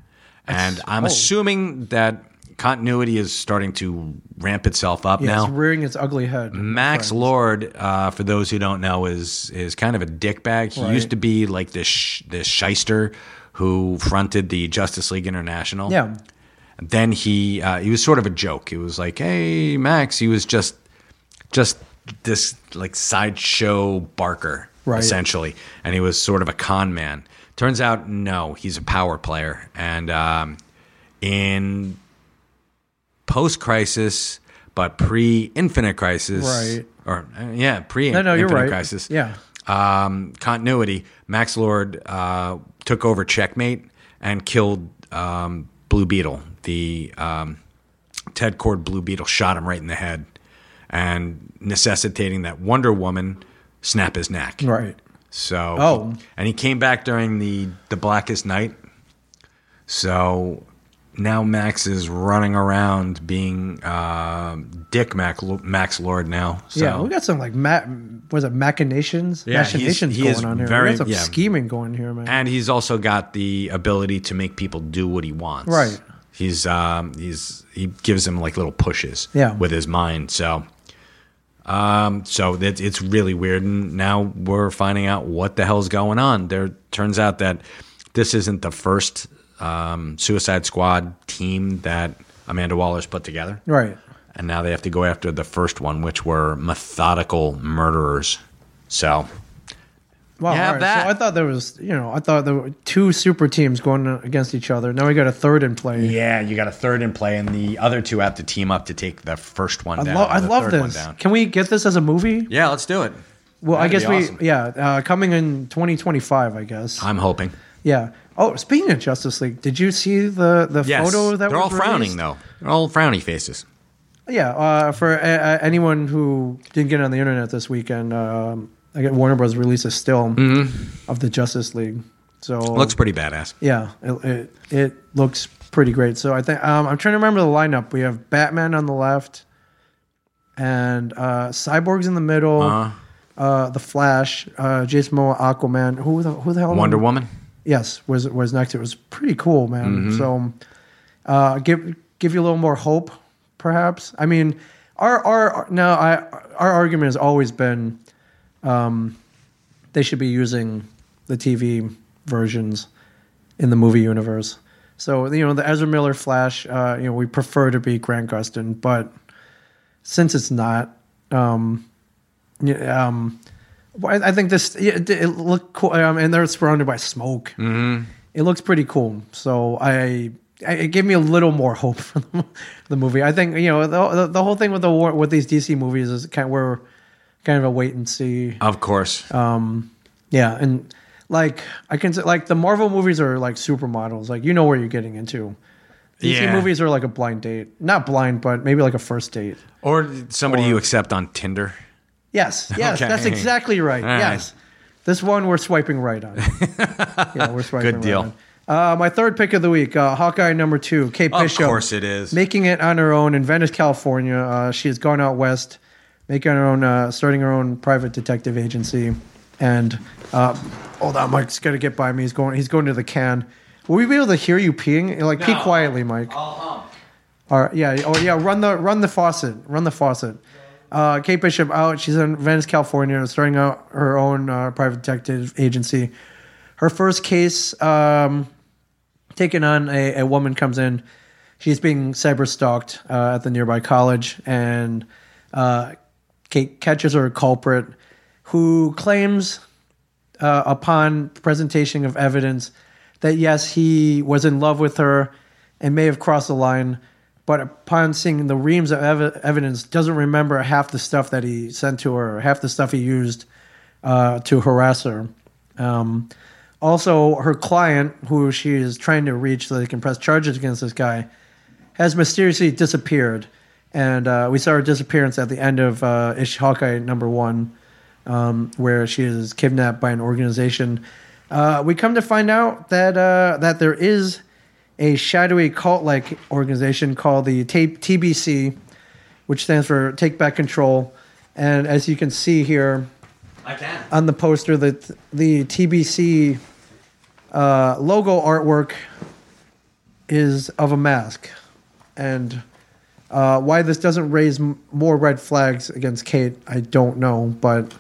[SPEAKER 2] and I'm
[SPEAKER 1] oh.
[SPEAKER 2] assuming that continuity is starting to ramp itself up
[SPEAKER 1] Yeah,
[SPEAKER 2] now.
[SPEAKER 1] it's rearing its ugly head.
[SPEAKER 2] Max Lord, uh, for those who don't know, is is kind of a dickbag. He
[SPEAKER 1] Right.
[SPEAKER 2] used to be like this sh- this shyster who fronted the Justice League International.
[SPEAKER 1] Yeah.
[SPEAKER 2] Then he uh, he was sort of a joke. He was like, "Hey, Max," he was just just this like sideshow barker
[SPEAKER 1] Right.
[SPEAKER 2] essentially, and he was sort of a con man. Turns out, no, he's a power player, and um, in post crisis, but pre infinite crisis.
[SPEAKER 1] Right.
[SPEAKER 2] Or, uh, yeah, pre
[SPEAKER 1] No,
[SPEAKER 2] infinite
[SPEAKER 1] no, you're right.
[SPEAKER 2] crisis.
[SPEAKER 1] Yeah.
[SPEAKER 2] Um, continuity. Max Lord uh, took over Checkmate and killed um, Blue Beetle. The um, Ted Cord Blue Beetle shot him right in the head and necessitating that Wonder Woman snap his neck.
[SPEAKER 1] Right.
[SPEAKER 2] So
[SPEAKER 1] Oh.
[SPEAKER 2] and he came back during the the blackest night. So now Max is running around being uh, Dick Mac, Max Lord now. So
[SPEAKER 1] yeah, we got some like ma- was it machinations?
[SPEAKER 2] Yeah, he's-
[SPEAKER 1] machinations
[SPEAKER 2] he is
[SPEAKER 1] going on here.
[SPEAKER 2] very-
[SPEAKER 1] we got some
[SPEAKER 2] yeah.
[SPEAKER 1] scheming going here, man.
[SPEAKER 2] and he's also got the ability to make people do what he wants.
[SPEAKER 1] Right.
[SPEAKER 2] He's um he's he gives them like little pushes
[SPEAKER 1] Yeah.
[SPEAKER 2] with his mind. So um so it, it's really weird and now we're finding out what the hell's going on. There turns out that this isn't the first um, Suicide Squad team that Amanda Waller's put together.
[SPEAKER 1] right.
[SPEAKER 2] And now they have to go after the first one, which were methodical murderers. So
[SPEAKER 1] Wow.
[SPEAKER 2] You have
[SPEAKER 1] all right.
[SPEAKER 2] that.
[SPEAKER 1] So I thought there was, you know, I thought there were two super teams going against each other. Now we got a third in play.
[SPEAKER 2] Yeah, you got a third in play, and the other two have to team up to take the first one
[SPEAKER 1] I,
[SPEAKER 2] down.
[SPEAKER 1] lo-
[SPEAKER 2] or
[SPEAKER 1] I
[SPEAKER 2] the
[SPEAKER 1] love
[SPEAKER 2] third one
[SPEAKER 1] this.
[SPEAKER 2] down.
[SPEAKER 1] Can we get this as a movie?
[SPEAKER 2] Yeah, let's do it.
[SPEAKER 1] Well, I
[SPEAKER 2] That'd
[SPEAKER 1] guess
[SPEAKER 2] be
[SPEAKER 1] we,
[SPEAKER 2] awesome.
[SPEAKER 1] yeah, uh, coming in 2025, I guess.
[SPEAKER 2] I'm hoping.
[SPEAKER 1] yeah. Oh, speaking of Justice League, did you see the the
[SPEAKER 2] Yes,
[SPEAKER 1] photo that
[SPEAKER 2] they're all
[SPEAKER 1] was
[SPEAKER 2] frowning
[SPEAKER 1] released?
[SPEAKER 2] though. They're all frowny faces.
[SPEAKER 1] Yeah, uh, for uh, uh, anyone who didn't get on the internet this weekend, um, I get Warner Bros. released a still of the Justice League. So
[SPEAKER 2] Mm-hmm. Looks pretty badass.
[SPEAKER 1] yeah, it, it it looks pretty great. So I think um, I'm trying to remember the lineup. We have Batman on the left, and uh, Cyborg's in the middle.
[SPEAKER 2] Uh-huh.
[SPEAKER 1] uh the Flash, uh, Jason Momoa, Aquaman. Who the who the hell?
[SPEAKER 2] Wonder Woman.
[SPEAKER 1] Yes, was was next. It was pretty cool, man. So, uh, give give you a little more hope, perhaps. I mean, our our now I our argument has always been, um, they should be using the TV versions in the movie universe. So you know the Ezra Miller Flash. Uh, you know we prefer to be Grant Gustin, but since it's not, um, y- um, well, I I think this yeah, it, it looked cool, um, and they're surrounded by smoke. It looks pretty cool. So I, I it gave me a little more hope for the, the movie. I think you know the, the the whole thing with the war with these DC movies is kind of we're kind of a wait and see.
[SPEAKER 2] Of course.
[SPEAKER 1] Uh, Yeah, and like I can say, like the Marvel movies are like supermodels. Like you know where you're getting into. DC
[SPEAKER 2] Yeah.
[SPEAKER 1] movies are like a blind date, not blind, but maybe like a first date.
[SPEAKER 2] or somebody you accept on Tinder.
[SPEAKER 1] Yes, yes,
[SPEAKER 2] Okay.
[SPEAKER 1] that's exactly right.
[SPEAKER 2] All right.
[SPEAKER 1] yes, this one we're swiping right on. yeah, we're swiping.
[SPEAKER 2] Good
[SPEAKER 1] right
[SPEAKER 2] deal.
[SPEAKER 1] on. Uh, my third pick of the week, uh, Hawkeye number two, Kate
[SPEAKER 2] Of
[SPEAKER 1] Bishop.
[SPEAKER 2] course it is.
[SPEAKER 1] Making it on her own in Venice, California. Uh, she has gone out west, making her own, uh, starting her own private detective agency. And uh, hold on, Mike's got to get by me. He's going. He's going to the can. Will we be able to hear you peeing? Like pee
[SPEAKER 2] No.
[SPEAKER 1] quietly, Mike. All right, yeah. Oh, yeah. Run the run the faucet. Run the faucet. Uh, Kate Bishop out. She's in Venice, California, starting out her own uh, private detective agency. Her first case um, taken on a, a woman comes in. She's being cyber stalked uh, at the nearby college, and uh, ca- catches her a culprit who claims, uh, upon presentation of evidence, that yes, he was in love with her and may have crossed the line, but upon seeing the reams of ev- evidence, doesn't remember half the stuff that he sent to her, half the stuff he used uh, to harass her. Um, also, her client, who she is trying to reach so they can press charges against this guy, has mysteriously disappeared. And uh, we saw her disappearance at the end of uh, Ish Hawkeye number one, um, where she is kidnapped by an organization. Uh, we come to find out that uh, that there is a shadowy cult-like organization called the T- TBC, which stands for Take Back Control. And as you can see here,
[SPEAKER 2] I can.
[SPEAKER 1] on the poster that the TBC uh, logo artwork is of a mask, and uh, why this doesn't raise m- more red flags against Kate, I don't know. But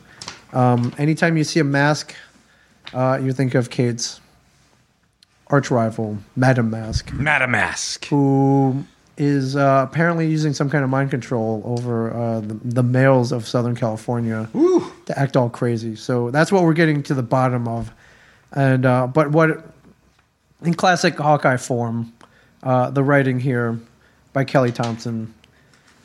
[SPEAKER 1] um, anytime you see a mask, uh, you think of Kate's arch rival, Madam Mask,
[SPEAKER 2] Matamask.
[SPEAKER 1] who is uh, apparently using some kind of mind control over uh, the, the males of Southern California to act all crazy. So that's what we're getting to the bottom of. And uh, but what in classic Hawkeye form, uh, the writing here by Kelly Thompson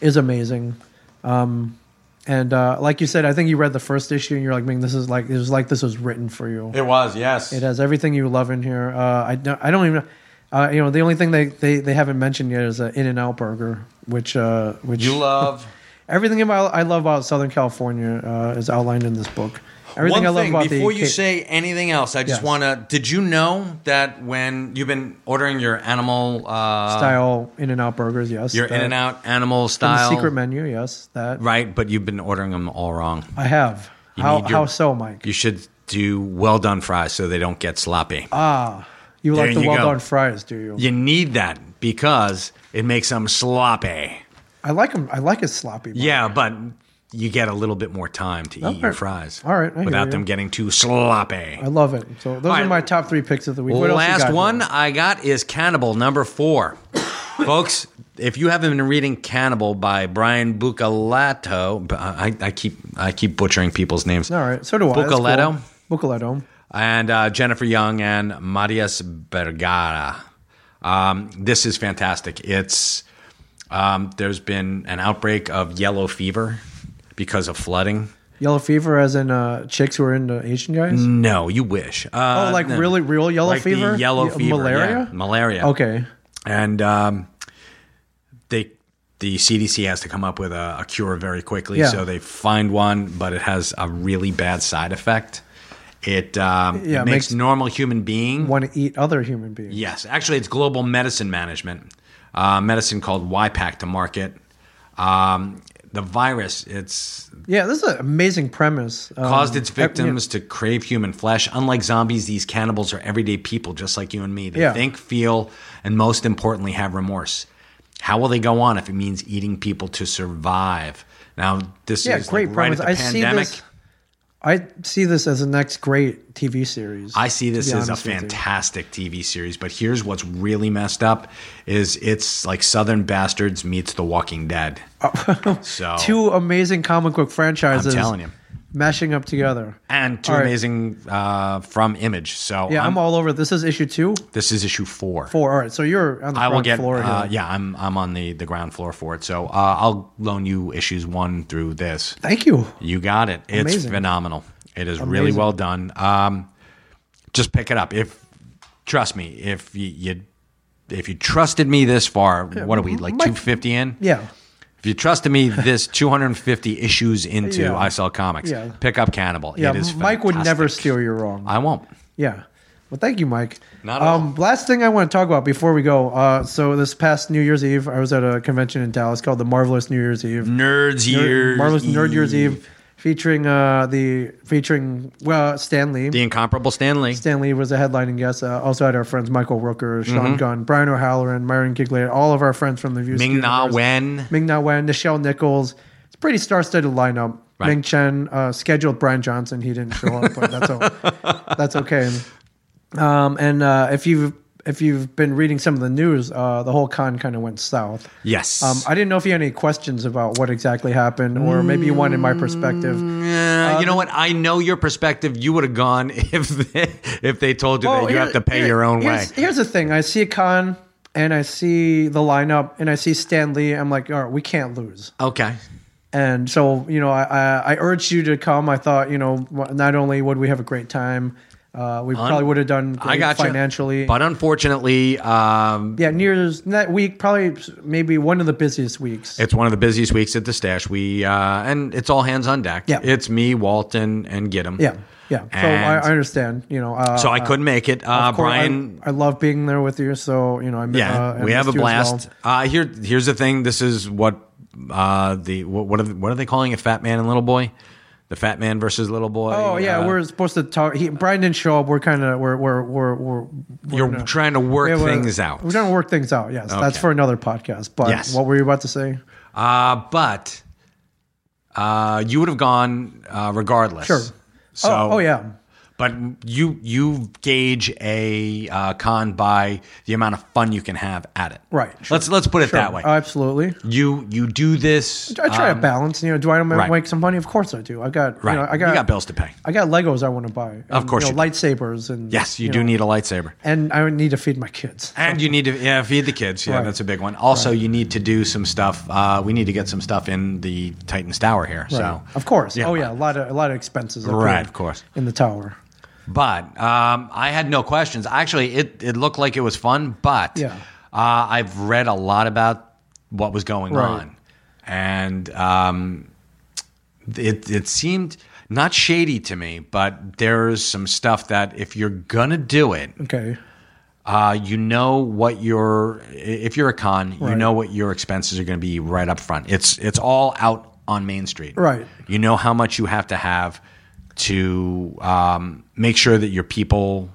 [SPEAKER 1] is amazing. Um, and uh, like you said, I think you read the first issue and you're like, "Man, this is like it was like this was written for you."
[SPEAKER 2] It was, yes.
[SPEAKER 1] It has everything you love in here. Uh, I don't, I don't even. Uh, you know, the only thing they, they, they haven't mentioned yet is an In and Out burger, which uh, which
[SPEAKER 2] You love.
[SPEAKER 1] everything about I love about Southern California uh, is outlined in this book. Everything
[SPEAKER 2] One
[SPEAKER 1] I love
[SPEAKER 2] thing,
[SPEAKER 1] about the
[SPEAKER 2] before you
[SPEAKER 1] Ca-
[SPEAKER 2] say anything else, I just
[SPEAKER 1] Yes.
[SPEAKER 2] want to. Did you know that when you've been ordering your animal uh,
[SPEAKER 1] style In and Out burgers, yes.
[SPEAKER 2] your
[SPEAKER 1] that-
[SPEAKER 2] In and Out animal
[SPEAKER 1] and
[SPEAKER 2] style,
[SPEAKER 1] the secret menu, yes. That
[SPEAKER 2] right? But you've been ordering them all wrong.
[SPEAKER 1] I have. How
[SPEAKER 2] need your-
[SPEAKER 1] how so, Mike?
[SPEAKER 2] You should do well done fries so they don't get sloppy.
[SPEAKER 1] ah, you like
[SPEAKER 2] There
[SPEAKER 1] the
[SPEAKER 2] you
[SPEAKER 1] well
[SPEAKER 2] go.
[SPEAKER 1] done fries, do you?
[SPEAKER 2] you need that because it makes them sloppy.
[SPEAKER 1] I like them. I like it sloppy. Mike.
[SPEAKER 2] Yeah, but you get a little bit more time to eat your
[SPEAKER 1] right.
[SPEAKER 2] fries.
[SPEAKER 1] All right, I hear
[SPEAKER 2] without
[SPEAKER 1] you.
[SPEAKER 2] them getting too sloppy.
[SPEAKER 1] I love it. So those
[SPEAKER 2] right.
[SPEAKER 1] are my top three picks of the week. What else you got
[SPEAKER 2] Last
[SPEAKER 1] here?
[SPEAKER 2] one I got is Cannibal number four. Folks, if you haven't been reading Cannibal by Brian Bucalato, I, I keep I keep butchering people's names.
[SPEAKER 1] All right. So do I. That's
[SPEAKER 2] Bucoletto.
[SPEAKER 1] Cool. Bucoletto.
[SPEAKER 2] and uh, Jennifer Young and Marias Bergara. Um, this is fantastic. It's um, there's been an outbreak of yellow fever because of flooding.
[SPEAKER 1] Yellow fever, as in uh, chicks who are into Asian guys.
[SPEAKER 2] No, you wish. Uh,
[SPEAKER 1] Oh, like
[SPEAKER 2] no.
[SPEAKER 1] really real yellow
[SPEAKER 2] Like the
[SPEAKER 1] fever?
[SPEAKER 2] yellow
[SPEAKER 1] Y-
[SPEAKER 2] fever,
[SPEAKER 1] malaria?
[SPEAKER 2] yeah, malaria.
[SPEAKER 1] Okay.
[SPEAKER 2] and um, they the CDC has to come up with a, a cure very quickly.
[SPEAKER 1] Yeah.
[SPEAKER 2] So they find one, but it has a really bad side effect. It, um,
[SPEAKER 1] Yeah,
[SPEAKER 2] it
[SPEAKER 1] it
[SPEAKER 2] makes,
[SPEAKER 1] makes-
[SPEAKER 2] normal human being
[SPEAKER 1] Want to eat other human beings?
[SPEAKER 2] Yes, actually, it's global medicine management, uh, medicine called YPAC to market. Um, the virus, it's
[SPEAKER 1] Yeah, this is an amazing premise. Um,
[SPEAKER 2] caused its
[SPEAKER 1] I- yeah,
[SPEAKER 2] victims to crave human flesh. Unlike zombies, these cannibals are everyday people, just like you and me. They
[SPEAKER 1] Yeah.
[SPEAKER 2] think, feel, and most importantly, have remorse. How will they go on if it means eating people to survive? Now, this
[SPEAKER 1] Yeah,
[SPEAKER 2] is
[SPEAKER 1] great
[SPEAKER 2] like, right at
[SPEAKER 1] premise.
[SPEAKER 2] the
[SPEAKER 1] I see
[SPEAKER 2] pandemic.
[SPEAKER 1] this. I see this as the next great TV series.
[SPEAKER 2] I see
[SPEAKER 1] to
[SPEAKER 2] this
[SPEAKER 1] be
[SPEAKER 2] as a
[SPEAKER 1] honest with you.
[SPEAKER 2] fantastic TV series, but here's what's really messed up is it's like Southern Bastards meets The Walking Dead. so
[SPEAKER 1] Oh. Two amazing comic book franchises.
[SPEAKER 2] telling you.
[SPEAKER 1] mashing up together.
[SPEAKER 2] and two
[SPEAKER 1] All right.
[SPEAKER 2] amazing uh, from Image. So
[SPEAKER 1] Yeah, I'm,
[SPEAKER 2] I'm-
[SPEAKER 1] all over. This is issue two,
[SPEAKER 2] this is issue 4.
[SPEAKER 1] four. All right, so you're on the
[SPEAKER 2] I will
[SPEAKER 1] front
[SPEAKER 2] get
[SPEAKER 1] floor
[SPEAKER 2] uh,
[SPEAKER 1] here.
[SPEAKER 2] yeah, I'm I'm on the the ground floor for it. So uh, I'll loan you issues 1 through this.
[SPEAKER 1] Thank you.
[SPEAKER 2] You got it. It's
[SPEAKER 1] Amazing.
[SPEAKER 2] phenomenal. It is really
[SPEAKER 1] Amazing.
[SPEAKER 2] well done. Um, just pick it up. If trust me, if you, you if you trusted me this far, what are we like
[SPEAKER 1] Mike-
[SPEAKER 2] two fifty in?
[SPEAKER 1] Yeah.
[SPEAKER 2] If you trusted me this two hundred and fifty issues into
[SPEAKER 1] Yeah.
[SPEAKER 2] I sell comics,
[SPEAKER 1] Yeah.
[SPEAKER 2] pick up Cannibal.
[SPEAKER 1] Yeah,
[SPEAKER 2] it is
[SPEAKER 1] Mike would never
[SPEAKER 2] fantastic.
[SPEAKER 1] steal you wrong.
[SPEAKER 2] I won't.
[SPEAKER 1] Yeah. Well, thank you, Mike.
[SPEAKER 2] Not at
[SPEAKER 1] um, Last thing I want to talk about before we go. Uh, so this past New Year's Eve, I was at a convention in Dallas called the Marvelous New Year's Eve.
[SPEAKER 2] Nerds
[SPEAKER 1] Nerd-
[SPEAKER 2] years.
[SPEAKER 1] Marvelous Nerd Year's Eve, featuring uh, the featuring well Stan Lee.
[SPEAKER 2] The incomparable Stanley.
[SPEAKER 1] Stan Lee was a headlining guest. Uh, also had our friends Michael Rooker, Sean
[SPEAKER 2] Mm-hmm.
[SPEAKER 1] Gunn, Brian O'Halloran, Myron Giglio, all of our friends from the View.
[SPEAKER 2] Ming Na
[SPEAKER 1] universe.
[SPEAKER 2] Wen.
[SPEAKER 1] Ming Na Wen, Nichelle Nichols. It's a pretty star-studded lineup.
[SPEAKER 2] Right.
[SPEAKER 1] Ming Chen uh, scheduled Brian Johnson. He didn't show up, but that's o- that's okay. Um, and uh, if you if you've been reading some of the news, uh, the whole con kind of went south.
[SPEAKER 2] Yes.
[SPEAKER 1] Um, I didn't know if you had any questions about what exactly happened, or maybe you wanted my perspective.
[SPEAKER 2] Eh,
[SPEAKER 1] Um,
[SPEAKER 2] you know what? I know your perspective. You would have gone if they, if they told you
[SPEAKER 1] Oh,
[SPEAKER 2] that you
[SPEAKER 1] here-
[SPEAKER 2] have to pay
[SPEAKER 1] here-
[SPEAKER 2] your own way.
[SPEAKER 1] here's, Here's the thing: I see a con, and I see the lineup, and I see Stan Lee. I'm like, all right, we can't lose.
[SPEAKER 2] Okay.
[SPEAKER 1] And so, you know, I, I, I urged you to come. I thought, you know, not only would we have a great time, uh, we probably would have done great
[SPEAKER 2] I got you.
[SPEAKER 1] financially.
[SPEAKER 2] But unfortunately, um,
[SPEAKER 1] yeah, New Year's that week probably maybe one of the busiest weeks.
[SPEAKER 2] it's one of the busiest weeks at the stash. We uh, and it's all hands on deck.
[SPEAKER 1] Yeah.
[SPEAKER 2] It's me, Walton, and Gidim.
[SPEAKER 1] yeah, yeah. So I,
[SPEAKER 2] And-
[SPEAKER 1] I understand. You know, uh,
[SPEAKER 2] So I couldn't make it. Uh,
[SPEAKER 1] of course, I-
[SPEAKER 2] Brian
[SPEAKER 1] I, love being there with you. So you know, I'm
[SPEAKER 2] Yeah,
[SPEAKER 1] uh, I
[SPEAKER 2] we have a
[SPEAKER 1] missed you as well.
[SPEAKER 2] blast. Uh, here, here's the thing. This is what uh, the what what are, the- what are they calling it? Fat man and little boy. The fat man versus little boy.
[SPEAKER 1] Oh yeah,
[SPEAKER 2] Uh,
[SPEAKER 1] we're supposed to talk. He, Brian didn't show up. We're kind of we're we're we're we're
[SPEAKER 2] you're trying to work
[SPEAKER 1] yeah, we're-
[SPEAKER 2] things out.
[SPEAKER 1] We're trying to work things out. Yes, that's
[SPEAKER 2] Okay.
[SPEAKER 1] for another podcast. But
[SPEAKER 2] Yes.
[SPEAKER 1] what were you about to say?
[SPEAKER 2] Uh, but uh, you would have gone uh, regardless.
[SPEAKER 1] Sure.
[SPEAKER 2] So,
[SPEAKER 1] oh, oh yeah,
[SPEAKER 2] But you you gauge a uh, con by the amount of fun you can have at it.
[SPEAKER 1] Right, sure.
[SPEAKER 2] Let's let's put it
[SPEAKER 1] Sure.
[SPEAKER 2] that way.
[SPEAKER 1] Absolutely.
[SPEAKER 2] you you do this. uh,
[SPEAKER 1] I try to balance. You know, do I want
[SPEAKER 2] right.
[SPEAKER 1] to make some money? Of course I do. I got
[SPEAKER 2] Right.
[SPEAKER 1] you know, I got,
[SPEAKER 2] you got bills to pay.
[SPEAKER 1] I got Legos I want to buy. And,
[SPEAKER 2] course
[SPEAKER 1] you know,
[SPEAKER 2] you
[SPEAKER 1] lightsabers and
[SPEAKER 2] Yes, you, do
[SPEAKER 1] know,
[SPEAKER 2] need a lightsaber.
[SPEAKER 1] and I need to feed my kids.
[SPEAKER 2] And you need to yeah feed the kids. Yeah,
[SPEAKER 1] Right.
[SPEAKER 2] that's a big one. Also, you need to do some stuff. Uh, we need to get some stuff in the Titans Tower here. So,
[SPEAKER 1] of course.
[SPEAKER 2] Yeah.
[SPEAKER 1] Oh yeah, a lot of a lot of expenses. up
[SPEAKER 2] Right,
[SPEAKER 1] here
[SPEAKER 2] of course.
[SPEAKER 1] In the tower.
[SPEAKER 2] but um, I had no questions. Actually, it it looked like it was fun, but
[SPEAKER 1] Yeah.
[SPEAKER 2] uh, I've read a lot about what was going
[SPEAKER 1] Right.
[SPEAKER 2] on, and um, it it seemed not shady to me, but there's some stuff that if you're gonna do it,
[SPEAKER 1] Okay.
[SPEAKER 2] Uh, you know what your if you're a con, you
[SPEAKER 1] Right.
[SPEAKER 2] know what your expenses are going to be right up front. It's it's all out on Main Street.
[SPEAKER 1] Right.
[SPEAKER 2] You know how much you have to have to um, make sure that your people,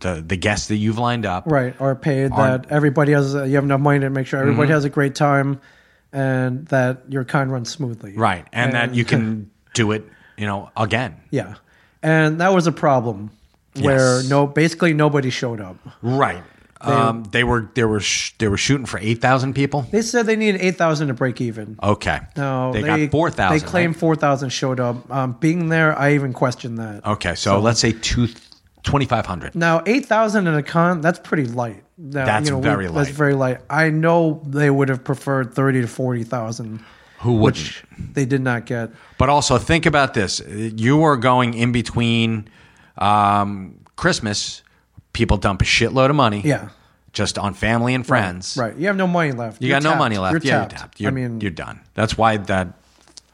[SPEAKER 2] the the guests that you've lined up,
[SPEAKER 1] Right, or paid
[SPEAKER 2] Aren't-
[SPEAKER 1] that everybody has. Uh, you have enough money to make sure
[SPEAKER 2] Mm-hmm.
[SPEAKER 1] everybody has a great time, and that your con runs smoothly.
[SPEAKER 2] right, and, that you can do it, you know, again,
[SPEAKER 1] Yeah, and that was a problem where
[SPEAKER 2] Yes.
[SPEAKER 1] no, basically nobody showed up.
[SPEAKER 2] right. um, they were they were sh- they were shooting for eight thousand people.
[SPEAKER 1] They said they needed eight thousand to break even.
[SPEAKER 2] Okay,
[SPEAKER 1] No,
[SPEAKER 2] they, got four thousand.
[SPEAKER 1] They claimed four thousand showed up. Um, being there, I even questioned that.
[SPEAKER 2] Okay, so, let's say two. 2500
[SPEAKER 1] Now eight thousand in a con, that's pretty light. Now,
[SPEAKER 2] That's
[SPEAKER 1] we-
[SPEAKER 2] very
[SPEAKER 1] That's
[SPEAKER 2] light.
[SPEAKER 1] very light. I know they would have preferred thirty to forty thousand,
[SPEAKER 2] who wouldn't
[SPEAKER 1] which they did not get.
[SPEAKER 2] But also think about this: you are going in between um, Christmas. People dump a shitload of money,
[SPEAKER 1] Yeah.
[SPEAKER 2] just on family and friends.
[SPEAKER 1] Right. You have no money left.
[SPEAKER 2] You got no money left. yeah, you're tapped. You're,
[SPEAKER 1] I mean,
[SPEAKER 2] you're done. That's why that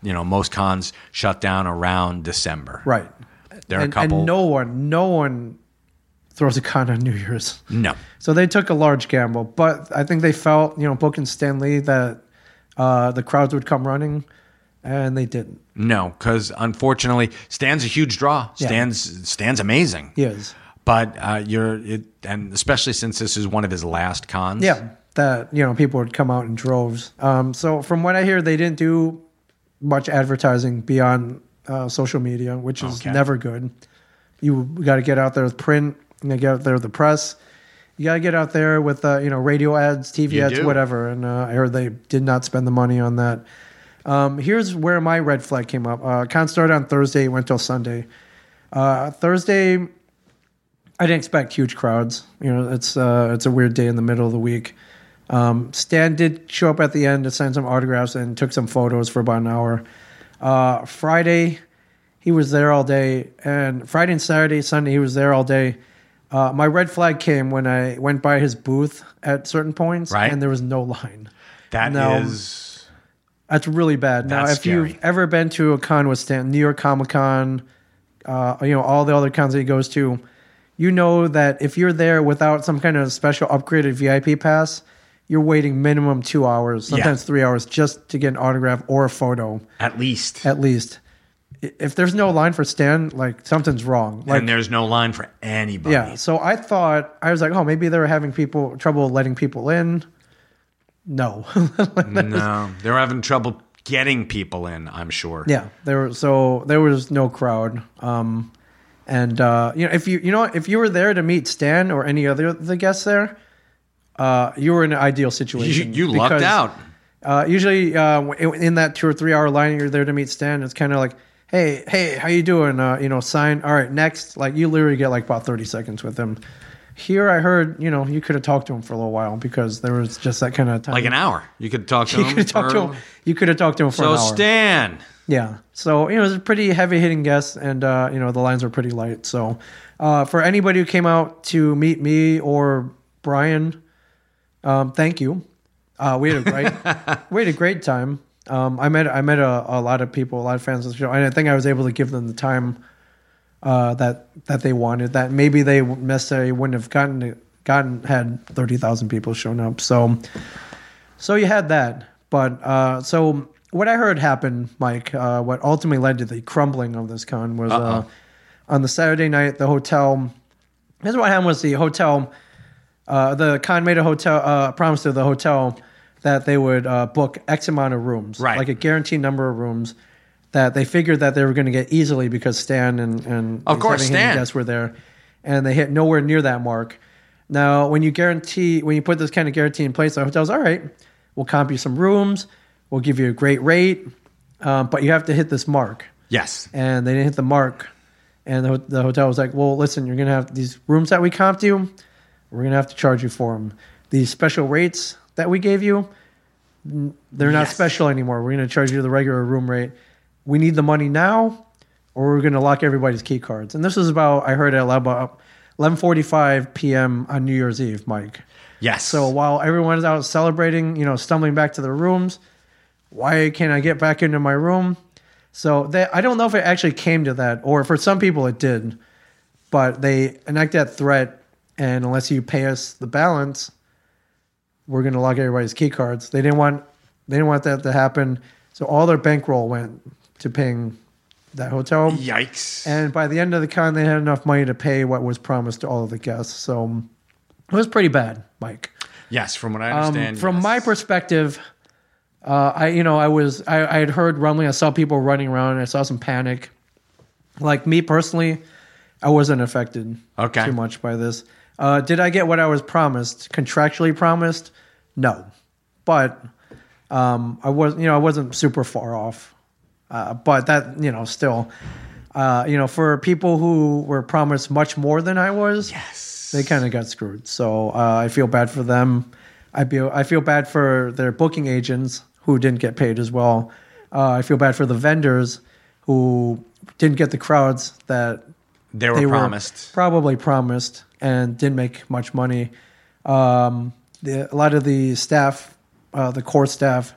[SPEAKER 2] you know most cons shut down around December.
[SPEAKER 1] right.
[SPEAKER 2] There are
[SPEAKER 1] and,
[SPEAKER 2] a couple.
[SPEAKER 1] and no one, no one throws a con on New Year's.
[SPEAKER 2] no.
[SPEAKER 1] So they took a large gamble, but I think they felt, you know, booking Stanley that uh, the crowds would come running, and they didn't.
[SPEAKER 2] No, because unfortunately, Stan's a huge draw. Stan's Stan's amazing.
[SPEAKER 1] Yes.
[SPEAKER 2] But uh, you're it, and especially since this is one of his last cons.
[SPEAKER 1] Yeah. That you know, people would come out in droves. Um, so from what I hear, they didn't do much advertising beyond uh, social media, which is
[SPEAKER 2] Okay.
[SPEAKER 1] never good. You got to get out there with print. You got to get out there with the press. You got to get out there with uh, you know radio ads, TV
[SPEAKER 2] You
[SPEAKER 1] ads,
[SPEAKER 2] do.
[SPEAKER 1] whatever. And uh, I heard they did not spend the money on that. Um, here's where my red flag came up. Uh, con started on Thursday, went till Sunday. Uh, Thursday, I didn't expect huge crowds. You know, it's uh, it's a weird day in the middle of the week. Um, Stan did show up at the end to sign some autographs and took some photos for about an hour. Uh, Friday, he was there all day, and Friday and Saturday, Sunday, he was there all day. Uh, my red flag came when I went by his booth at certain points,
[SPEAKER 2] Right.
[SPEAKER 1] and there was no line.
[SPEAKER 2] that is
[SPEAKER 1] No. That's really bad. now,
[SPEAKER 2] That's
[SPEAKER 1] if you've
[SPEAKER 2] scary.
[SPEAKER 1] ever been to a con with Stan, New York Comic Con, uh, you know all the other cons that he goes to, you know that if you're there without some kind of special upgraded VIP pass, you're waiting minimum two hours, sometimes three hours, just to get an autograph or a photo
[SPEAKER 2] at least
[SPEAKER 1] at least. I- If there's no line for Stan, like something's wrong. Like
[SPEAKER 2] and there's no line for anybody.
[SPEAKER 1] yeah, so I thought I was like, oh, maybe they were having people trouble letting people in. No,
[SPEAKER 2] No, they're having trouble getting people in. I'm sure.
[SPEAKER 1] Yeah, there were so there was no crowd. Um, And uh, you know, if you you know if you were there to meet Stan or any other of the guests there, uh, you were in an ideal
[SPEAKER 2] You,
[SPEAKER 1] situation.
[SPEAKER 2] you lucked
[SPEAKER 1] because,
[SPEAKER 2] out.
[SPEAKER 1] Uh, usually, uh, w- in that two or three hour line, you're there to meet Stan. It's kind of like, hey, hey, how you doing? Uh, you know, sign. All right, next. Like you literally get like about thirty seconds with him. Here, I heard you know you could have talked to him for a little while because there was just that kind of time.
[SPEAKER 2] Like an hour. You could talk to
[SPEAKER 1] you
[SPEAKER 2] him.
[SPEAKER 1] could have talked to
[SPEAKER 2] for-
[SPEAKER 1] him. You could have talked to him for
[SPEAKER 2] So,
[SPEAKER 1] an hour.
[SPEAKER 2] Stan.
[SPEAKER 1] Yeah. So, you know, it was a pretty heavy hitting guest, and, uh, you know, the lines were pretty light. So, uh, for anybody who came out to meet me or Brian, um, thank you. Uh, we had a great, we had a great time. Um, I met, I met a, a lot of people, a lot of fans of the show, and I think I was able to give them the time, uh, that, that they wanted, that maybe they necessarily wouldn't have gotten it, gotten had 30,000 people shown up. So, so you had that, but uh, so what I heard happen, Mike, uh, what ultimately led to the crumbling of this con was uh, on the Saturday night. The hotel. Here's what happened: was the hotel, uh, the con made a hotel uh, promise to the hotel that they would uh, book X amount of rooms,
[SPEAKER 2] Right.
[SPEAKER 1] like a guaranteed number of rooms that they figured that they were going to get easily because Stan and and
[SPEAKER 2] Of
[SPEAKER 1] these
[SPEAKER 2] course,
[SPEAKER 1] heavy-hitting
[SPEAKER 2] Stan.
[SPEAKER 1] guests were there, and they hit nowhere near that mark. Now, when you guarantee, when you put this kind of guarantee in place, the hotel's all right. We'll comp you some rooms. We'll give you a great rate, um, but you have to hit this mark.
[SPEAKER 2] Yes.
[SPEAKER 1] And they didn't hit the mark. And the, the hotel was like, "Well, listen, you're gonna have these rooms that we comped you. We're gonna have to charge you for them. These special rates that we gave you, n- they're not
[SPEAKER 2] Yes.
[SPEAKER 1] special anymore. We're gonna charge you the regular room rate. We need the money now, or we're gonna lock everybody's key cards." And this was about I heard at about 11:45 p.m. on New Year's Eve, Mike.
[SPEAKER 2] Yes.
[SPEAKER 1] So uh, while everyone's out celebrating, you know, stumbling back to their rooms, why can't I get back into my room? So they, I don't know if it actually came to that, or for some people it did, but they enact that threat, and unless you pay us the balance, we're going to lock everybody's key cards. They didn't want they didn't want that to happen, so all their bankroll went to paying that hotel.
[SPEAKER 2] Yikes.
[SPEAKER 1] And by the end of the con, they had enough money to pay what was promised to all of the guests. So um, it was pretty bad, Mike.
[SPEAKER 2] yes, from what I
[SPEAKER 1] Um,
[SPEAKER 2] understand.
[SPEAKER 1] from
[SPEAKER 2] yes.
[SPEAKER 1] my perspective, uh, I you know I was I, I had heard rumbling. I saw people running around. I saw some panic. Like me personally, I wasn't affected
[SPEAKER 2] Okay.
[SPEAKER 1] too much by this. Uh, did I get what I was promised contractually promised? No, but um, I was you know I wasn't super far off. Uh, but that you know still. Uh, you know, for people who were promised much more than I was,
[SPEAKER 2] Yes.
[SPEAKER 1] they kind of got screwed. So uh, I feel bad for them. I feel I feel bad for their booking agents who didn't get paid as well. Uh, I feel bad for the vendors who didn't get the crowds that
[SPEAKER 2] They were
[SPEAKER 1] they
[SPEAKER 2] promised.
[SPEAKER 1] were probably promised and didn't make much money. Um, the, a lot of the staff, uh, the core staff,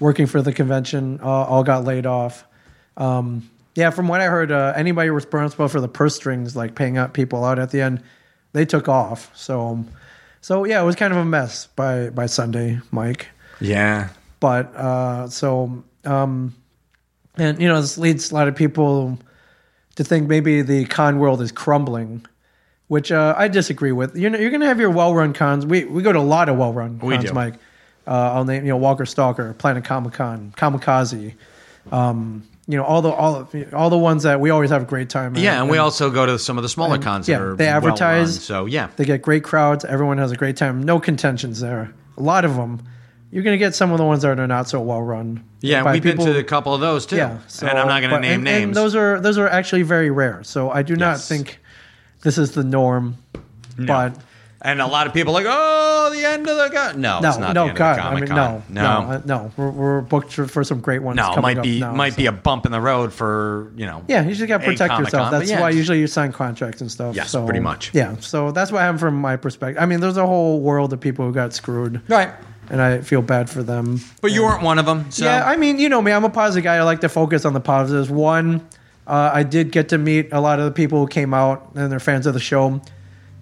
[SPEAKER 1] working for the convention, uh, all got laid off. Um, yeah, from what I heard, uh, anybody responsible for the purse strings, like paying out people out at the end, they took off. So, um, so yeah, it was kind of a mess by by Sunday, Mike
[SPEAKER 2] yeah.
[SPEAKER 1] but uh, so um, and you know this leads a lot of people to think maybe the con world is crumbling which uh, i disagree with you know you're gonna have your well-run cons we, we go to a lot of well-run
[SPEAKER 2] We
[SPEAKER 1] cons
[SPEAKER 2] do.
[SPEAKER 1] mike uh, i'll name you know walker stalker planet comic-con kamikaze um, you know all the all of- all the ones that we always have a great time at.
[SPEAKER 2] Yeah, and we also go to some of the smaller cons
[SPEAKER 1] yeah,
[SPEAKER 2] that are
[SPEAKER 1] they
[SPEAKER 2] well-run,
[SPEAKER 1] advertise.
[SPEAKER 2] so yeah,
[SPEAKER 1] They get great crowds. Everyone has a great time. No contentions there. A lot of them. You're going to get some of the ones that are not so well run.
[SPEAKER 2] yeah.
[SPEAKER 1] by
[SPEAKER 2] We've
[SPEAKER 1] people-
[SPEAKER 2] been to a couple of those too,
[SPEAKER 1] Yeah, so-
[SPEAKER 2] and I'm not going to
[SPEAKER 1] but-
[SPEAKER 2] name
[SPEAKER 1] and-
[SPEAKER 2] names.
[SPEAKER 1] And those are those are actually very rare. So I do not
[SPEAKER 2] Yes.
[SPEAKER 1] think this is the norm. But
[SPEAKER 2] And a lot of people are like, oh, the end of the con. No,
[SPEAKER 1] no,
[SPEAKER 2] it's not the
[SPEAKER 1] no,
[SPEAKER 2] end
[SPEAKER 1] God,
[SPEAKER 2] of
[SPEAKER 1] I
[SPEAKER 2] the
[SPEAKER 1] mean, no,
[SPEAKER 2] Comic-Con.
[SPEAKER 1] no, uh, no. We're, we're booked for, for some great ones.
[SPEAKER 2] no, it
[SPEAKER 1] coming
[SPEAKER 2] might
[SPEAKER 1] up
[SPEAKER 2] be
[SPEAKER 1] now,
[SPEAKER 2] might
[SPEAKER 1] so.
[SPEAKER 2] be a bump in the road for you know.
[SPEAKER 1] Yeah, you just got to
[SPEAKER 2] a
[SPEAKER 1] protect yourself.
[SPEAKER 2] Comic-Con, but
[SPEAKER 1] That's
[SPEAKER 2] yeah.
[SPEAKER 1] why usually you sign contracts and stuff.
[SPEAKER 2] Yes,
[SPEAKER 1] so,
[SPEAKER 2] pretty much.
[SPEAKER 1] Yeah, so that's what happened from my perspective. I mean, there's a whole world of people who got screwed.
[SPEAKER 2] Right,
[SPEAKER 1] and I feel bad for them.
[SPEAKER 2] but you weren't one of them. So
[SPEAKER 1] yeah, I mean, you know me, I'm a positive guy. I like to focus on the positives. One, uh, I did get to meet a lot of the people who came out and they're fans of the show,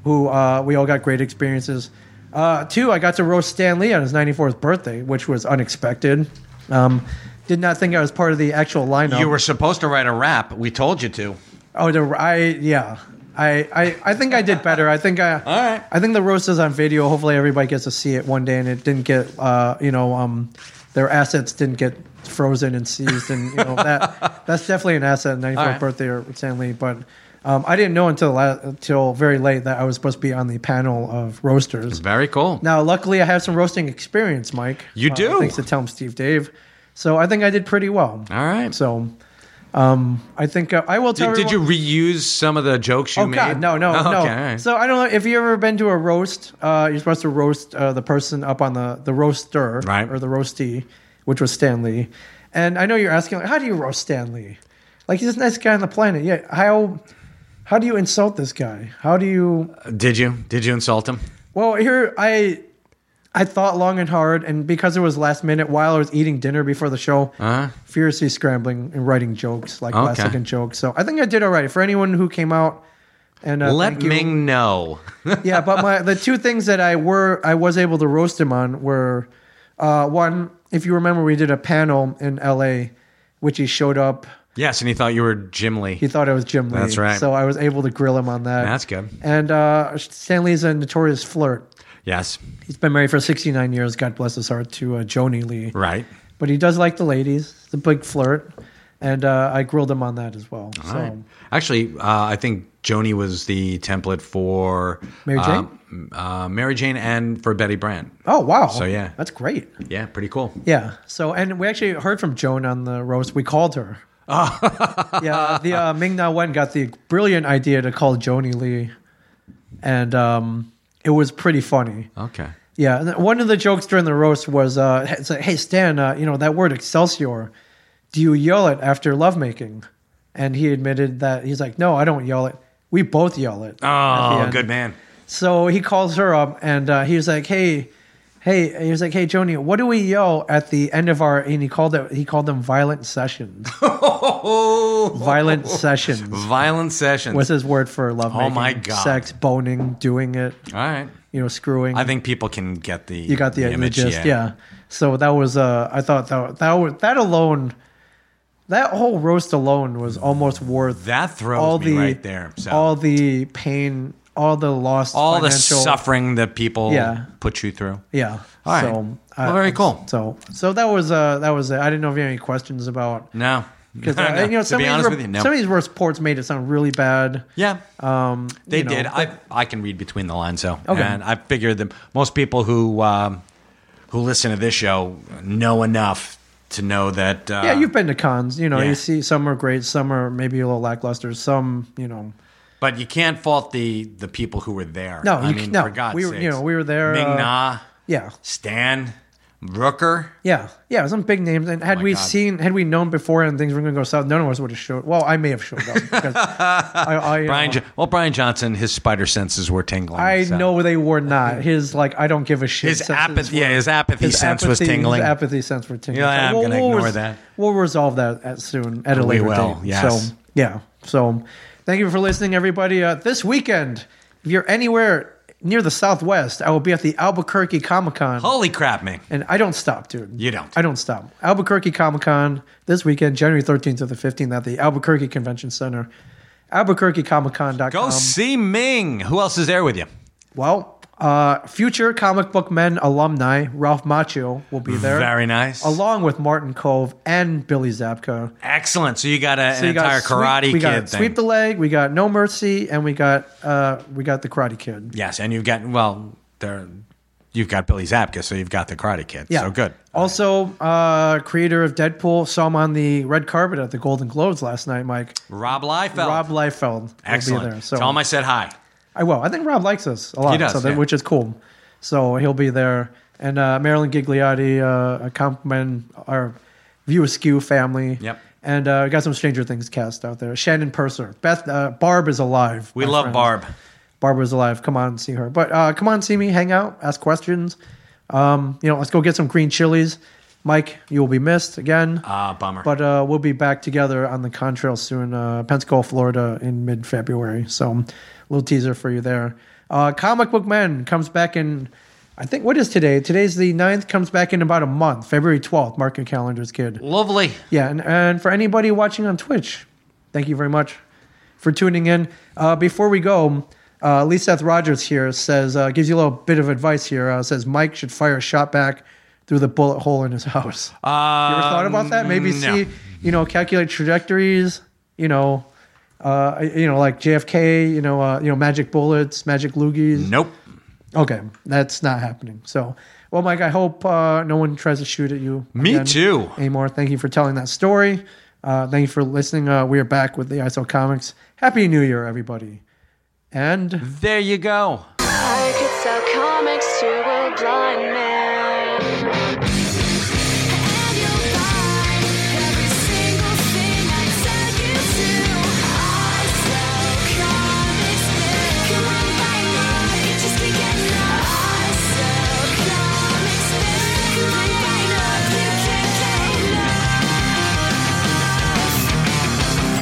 [SPEAKER 1] who uh, we all got great experiences. Uh, two, I got to roast Stan Lee on his 94th birthday, which was unexpected. Um, did not think I was part of the actual lineup.
[SPEAKER 2] you were supposed to write a rap. We told you to.
[SPEAKER 1] Oh, the, I yeah. I, I, I think I did better. I think I
[SPEAKER 2] right.
[SPEAKER 1] I think the roast is on video. Hopefully everybody gets to see it one day, and it didn't get uh you know um their assets didn't get frozen and seized, and you know that that's definitely an asset. Ninety fourth
[SPEAKER 2] All right.
[SPEAKER 1] birthday or Stanley, but Um, I didn't know until la- until very late that I was supposed to be on the panel of roasters.
[SPEAKER 2] Very cool.
[SPEAKER 1] Now, luckily, I have some roasting experience, Mike. Uh,
[SPEAKER 2] You do?
[SPEAKER 1] thanks to Tell 'em Steve Dave. So I think I did pretty well.
[SPEAKER 2] All right.
[SPEAKER 1] So, um, I think uh, I will tell.
[SPEAKER 2] Did, did you
[SPEAKER 1] everyone-
[SPEAKER 2] reuse some of the jokes you
[SPEAKER 1] Oh
[SPEAKER 2] made?
[SPEAKER 1] God, no, no,
[SPEAKER 2] Oh,
[SPEAKER 1] no.
[SPEAKER 2] Okay, all right.
[SPEAKER 1] So I don't know if you ever been to a roast. Uh, you're supposed to roast uh, the person up on the the roaster
[SPEAKER 2] Right.
[SPEAKER 1] or the roastee, which was Stanley. And I know you're asking, like, how do you roast Stanley? Like he's the nicest guy on the planet. Yeah, how how do you insult this guy? How do you?
[SPEAKER 2] did you did you insult him?
[SPEAKER 1] Well, here I I thought long and hard, and because it was last minute, while I was eating dinner before the show,
[SPEAKER 2] Uh-huh.
[SPEAKER 1] furiously scrambling and writing jokes like last
[SPEAKER 2] Okay.
[SPEAKER 1] second jokes. So I think I did all right for anyone who came out. And uh,
[SPEAKER 2] Let
[SPEAKER 1] thank you.
[SPEAKER 2] Ming know.
[SPEAKER 1] yeah, but my the two things that I were I was able to roast him on were uh, one, if you remember, we did a panel in L.A., which he showed up.
[SPEAKER 2] yes, and he thought you were Jim Lee.
[SPEAKER 1] He thought it was Jim Lee.
[SPEAKER 2] That's right.
[SPEAKER 1] So I was able to grill him on that.
[SPEAKER 2] That's good.
[SPEAKER 1] And uh, Stanley's a notorious flirt.
[SPEAKER 2] yes,
[SPEAKER 1] He's been married for 69 years. God bless his heart to uh, Joni Lee.
[SPEAKER 2] right.
[SPEAKER 1] But he does like the ladies. He's a big flirt. And uh, I grilled him on that as well. so
[SPEAKER 2] Right. Actually, uh, I think Joni was the template for
[SPEAKER 1] Mary
[SPEAKER 2] um, uh, Mary Jane, and for Betty Brant.
[SPEAKER 1] oh wow. So
[SPEAKER 2] yeah.
[SPEAKER 1] that's great.
[SPEAKER 2] Yeah, pretty cool.
[SPEAKER 1] Yeah. So, and we actually heard from Joan on the roast. We called her. yeah. The uh, Ming Na Wen got the brilliant idea to call Joni Lee, and um, it was pretty funny.
[SPEAKER 2] Okay.
[SPEAKER 1] Yeah. and One of the jokes during the roast was, uh, it's like, "Hey Stan, uh, you know that word Excelsior? Do you yell it after lovemaking?" And he admitted that he's like, "No, I don't yell it. We both yell it." at the
[SPEAKER 2] Oh,
[SPEAKER 1] end."
[SPEAKER 2] good man.
[SPEAKER 1] So he calls her up and uh, he was like, "Hey, hey," he was like, "Hey, Joni, what do we yell at the end of our?" And he called it. He called them violent sessions.
[SPEAKER 2] Oh,
[SPEAKER 1] violent sessions
[SPEAKER 2] violent sessions.
[SPEAKER 1] was his word for love.
[SPEAKER 2] Oh, my God.
[SPEAKER 1] Sex, boning, doing it,
[SPEAKER 2] All right.
[SPEAKER 1] you know, screwing.
[SPEAKER 2] I think people can get the
[SPEAKER 1] you got the, the
[SPEAKER 2] image.
[SPEAKER 1] gist, yeah. So that was. Uh, I thought that that was, that alone, that whole roast alone was almost worth
[SPEAKER 2] That throws
[SPEAKER 1] all
[SPEAKER 2] me
[SPEAKER 1] the
[SPEAKER 2] right there. So
[SPEAKER 1] all the pain, all the lost,
[SPEAKER 2] all the
[SPEAKER 1] financial,
[SPEAKER 2] suffering that people
[SPEAKER 1] Yeah.
[SPEAKER 2] put you through.
[SPEAKER 1] Yeah.
[SPEAKER 2] All right.
[SPEAKER 1] So, uh,
[SPEAKER 2] Well, very cool.
[SPEAKER 1] So, so that was uh, that was it. I didn't know if you had any questions about
[SPEAKER 2] No.
[SPEAKER 1] because
[SPEAKER 2] No,
[SPEAKER 1] uh, you know
[SPEAKER 2] to
[SPEAKER 1] some of,
[SPEAKER 2] be
[SPEAKER 1] these
[SPEAKER 2] honest
[SPEAKER 1] rep-
[SPEAKER 2] with you, no.
[SPEAKER 1] some of these reports made it sound really bad.
[SPEAKER 2] yeah,
[SPEAKER 1] Um,
[SPEAKER 2] they
[SPEAKER 1] you know,
[SPEAKER 2] did. I I can read between the lines though,
[SPEAKER 1] Okay.
[SPEAKER 2] and I figured that most people who um, who listen to this show know enough to know that. Uh,
[SPEAKER 1] yeah, you've been to cons. You know,
[SPEAKER 2] yeah.
[SPEAKER 1] you see some are great, some are maybe a little lackluster. Some, you know,
[SPEAKER 2] But you can't fault the the people who were there.
[SPEAKER 1] No,
[SPEAKER 2] I
[SPEAKER 1] you-
[SPEAKER 2] mean,
[SPEAKER 1] no.
[SPEAKER 2] for God's
[SPEAKER 1] We were-
[SPEAKER 2] sakes.
[SPEAKER 1] you know, we were there,
[SPEAKER 2] Ming
[SPEAKER 1] uh,
[SPEAKER 2] Na,
[SPEAKER 1] yeah,
[SPEAKER 2] Stan, Rooker.
[SPEAKER 1] yeah, yeah. Some big names. And had
[SPEAKER 2] Oh my
[SPEAKER 1] we
[SPEAKER 2] God.
[SPEAKER 1] seen, had we known before, and things were going to go south, none of us would have showed. Well, I may have showed up. Because I, I,
[SPEAKER 2] Brian,
[SPEAKER 1] uh,
[SPEAKER 2] Jo- well, Brian Johnson, his spider senses were tingling.
[SPEAKER 1] I
[SPEAKER 2] so.
[SPEAKER 1] know they were not. His like, I don't give a shit.
[SPEAKER 2] his
[SPEAKER 1] senses
[SPEAKER 2] apathy.
[SPEAKER 1] were-
[SPEAKER 2] Yeah, his apathy
[SPEAKER 1] His
[SPEAKER 2] sense was
[SPEAKER 1] apathy- his
[SPEAKER 2] tingling.
[SPEAKER 1] apathy sense was tingling.
[SPEAKER 2] Yeah, I'm
[SPEAKER 1] We'll-
[SPEAKER 2] gonna
[SPEAKER 1] we'll
[SPEAKER 2] ignore
[SPEAKER 1] res-
[SPEAKER 2] that.
[SPEAKER 1] We'll resolve that at soon at a
[SPEAKER 2] We
[SPEAKER 1] later
[SPEAKER 2] will,
[SPEAKER 1] date.
[SPEAKER 2] yes.
[SPEAKER 1] So yeah. So thank you for listening, everybody. Uh, this weekend, if you're anywhere near the Southwest, I will be at the Albuquerque Comic Con.
[SPEAKER 2] Holy crap, Ming!
[SPEAKER 1] And I don't stop, dude.
[SPEAKER 2] You don't.
[SPEAKER 1] I don't stop. Albuquerque Comic Con this weekend, January 13th to the 15th at the Albuquerque Convention Center. AlbuquerqueComicCon.com.
[SPEAKER 2] Go see Ming. Who else is there with you?
[SPEAKER 1] Well, uh, future comic book men alumni Ralph Macchio will be there.
[SPEAKER 2] Very nice.
[SPEAKER 1] Along with Martin Cove and Billy Zabka.
[SPEAKER 2] Excellent. So you got a,
[SPEAKER 1] So
[SPEAKER 2] an
[SPEAKER 1] you got
[SPEAKER 2] entire
[SPEAKER 1] Sweep-
[SPEAKER 2] Karate
[SPEAKER 1] we
[SPEAKER 2] Kid
[SPEAKER 1] got
[SPEAKER 2] thing.
[SPEAKER 1] Sweep the Leg, we got No Mercy, and we got uh, we got the Karate Kid.
[SPEAKER 2] yes, and you've got well, there, you've got Billy Zabka, so you've got the Karate Kid.
[SPEAKER 1] Yeah.
[SPEAKER 2] So good.
[SPEAKER 1] Also, uh, creator of Deadpool saw him on the red carpet at the Golden Globes last night, Mike.
[SPEAKER 2] Rob Liefeld.
[SPEAKER 1] Rob Liefeld will
[SPEAKER 2] Excellent.
[SPEAKER 1] be there. So
[SPEAKER 2] Tell him I said hi.
[SPEAKER 1] I will. I think Rob likes us a lot,
[SPEAKER 2] He does,
[SPEAKER 1] so that,
[SPEAKER 2] yeah.
[SPEAKER 1] which is cool. So he'll be there. And uh, Marilyn Gigliotti, uh, a compliment our View Askew family.
[SPEAKER 2] Yep.
[SPEAKER 1] And uh, we got some Stranger Things cast out there. Shannon Purser, Beth, uh, Barb is alive.
[SPEAKER 2] We
[SPEAKER 1] my
[SPEAKER 2] love
[SPEAKER 1] friends.
[SPEAKER 2] Barb.
[SPEAKER 1] Barb is alive. Come on and see her. But uh, come on, see me, hang out, ask questions. Um, you know, let's go get some green chilies. Mike, you will be missed again.
[SPEAKER 2] Ah, bummer.
[SPEAKER 1] But uh, we'll be back together on the contrail soon, uh, Pensacola, Florida, in mid February. So, a little teaser for you there. Uh, Comic Book Man comes back in, I think, what is today? Today's the 9th, comes back in about a month, February 12th. Mark your calendars, kid.
[SPEAKER 2] Lovely.
[SPEAKER 1] Yeah, and, and for anybody watching on Twitch, thank you very much for tuning in. Uh, before we go, uh, Lee Seth Rogers here says, uh, gives you a little bit of advice here, uh, says Mike should fire a shot back through the bullet hole in his house.
[SPEAKER 2] Uh,
[SPEAKER 1] You ever thought about that? Maybe
[SPEAKER 2] Um, no.
[SPEAKER 1] see, you know, calculate trajectories, you know, Uh, you know, like JFK. You know, uh, you know, magic bullets, magic loogies.
[SPEAKER 2] Nope.
[SPEAKER 1] Okay, that's not happening. So, well, Mike, I hope uh, no one tries to shoot at you.
[SPEAKER 2] Me
[SPEAKER 1] again
[SPEAKER 2] too.
[SPEAKER 1] Anymore. Thank you for telling that story. Uh, thank you for listening. Uh, we are back with the ISO Comics. Happy New Year, everybody. And
[SPEAKER 2] There you go.
[SPEAKER 3] I could sell comics to a blind man.
[SPEAKER 4] And you buy every single thing I take you to. I sell comics. Come on, buy more. It just began. I sell comics. Come on, buy more. You can't get enough.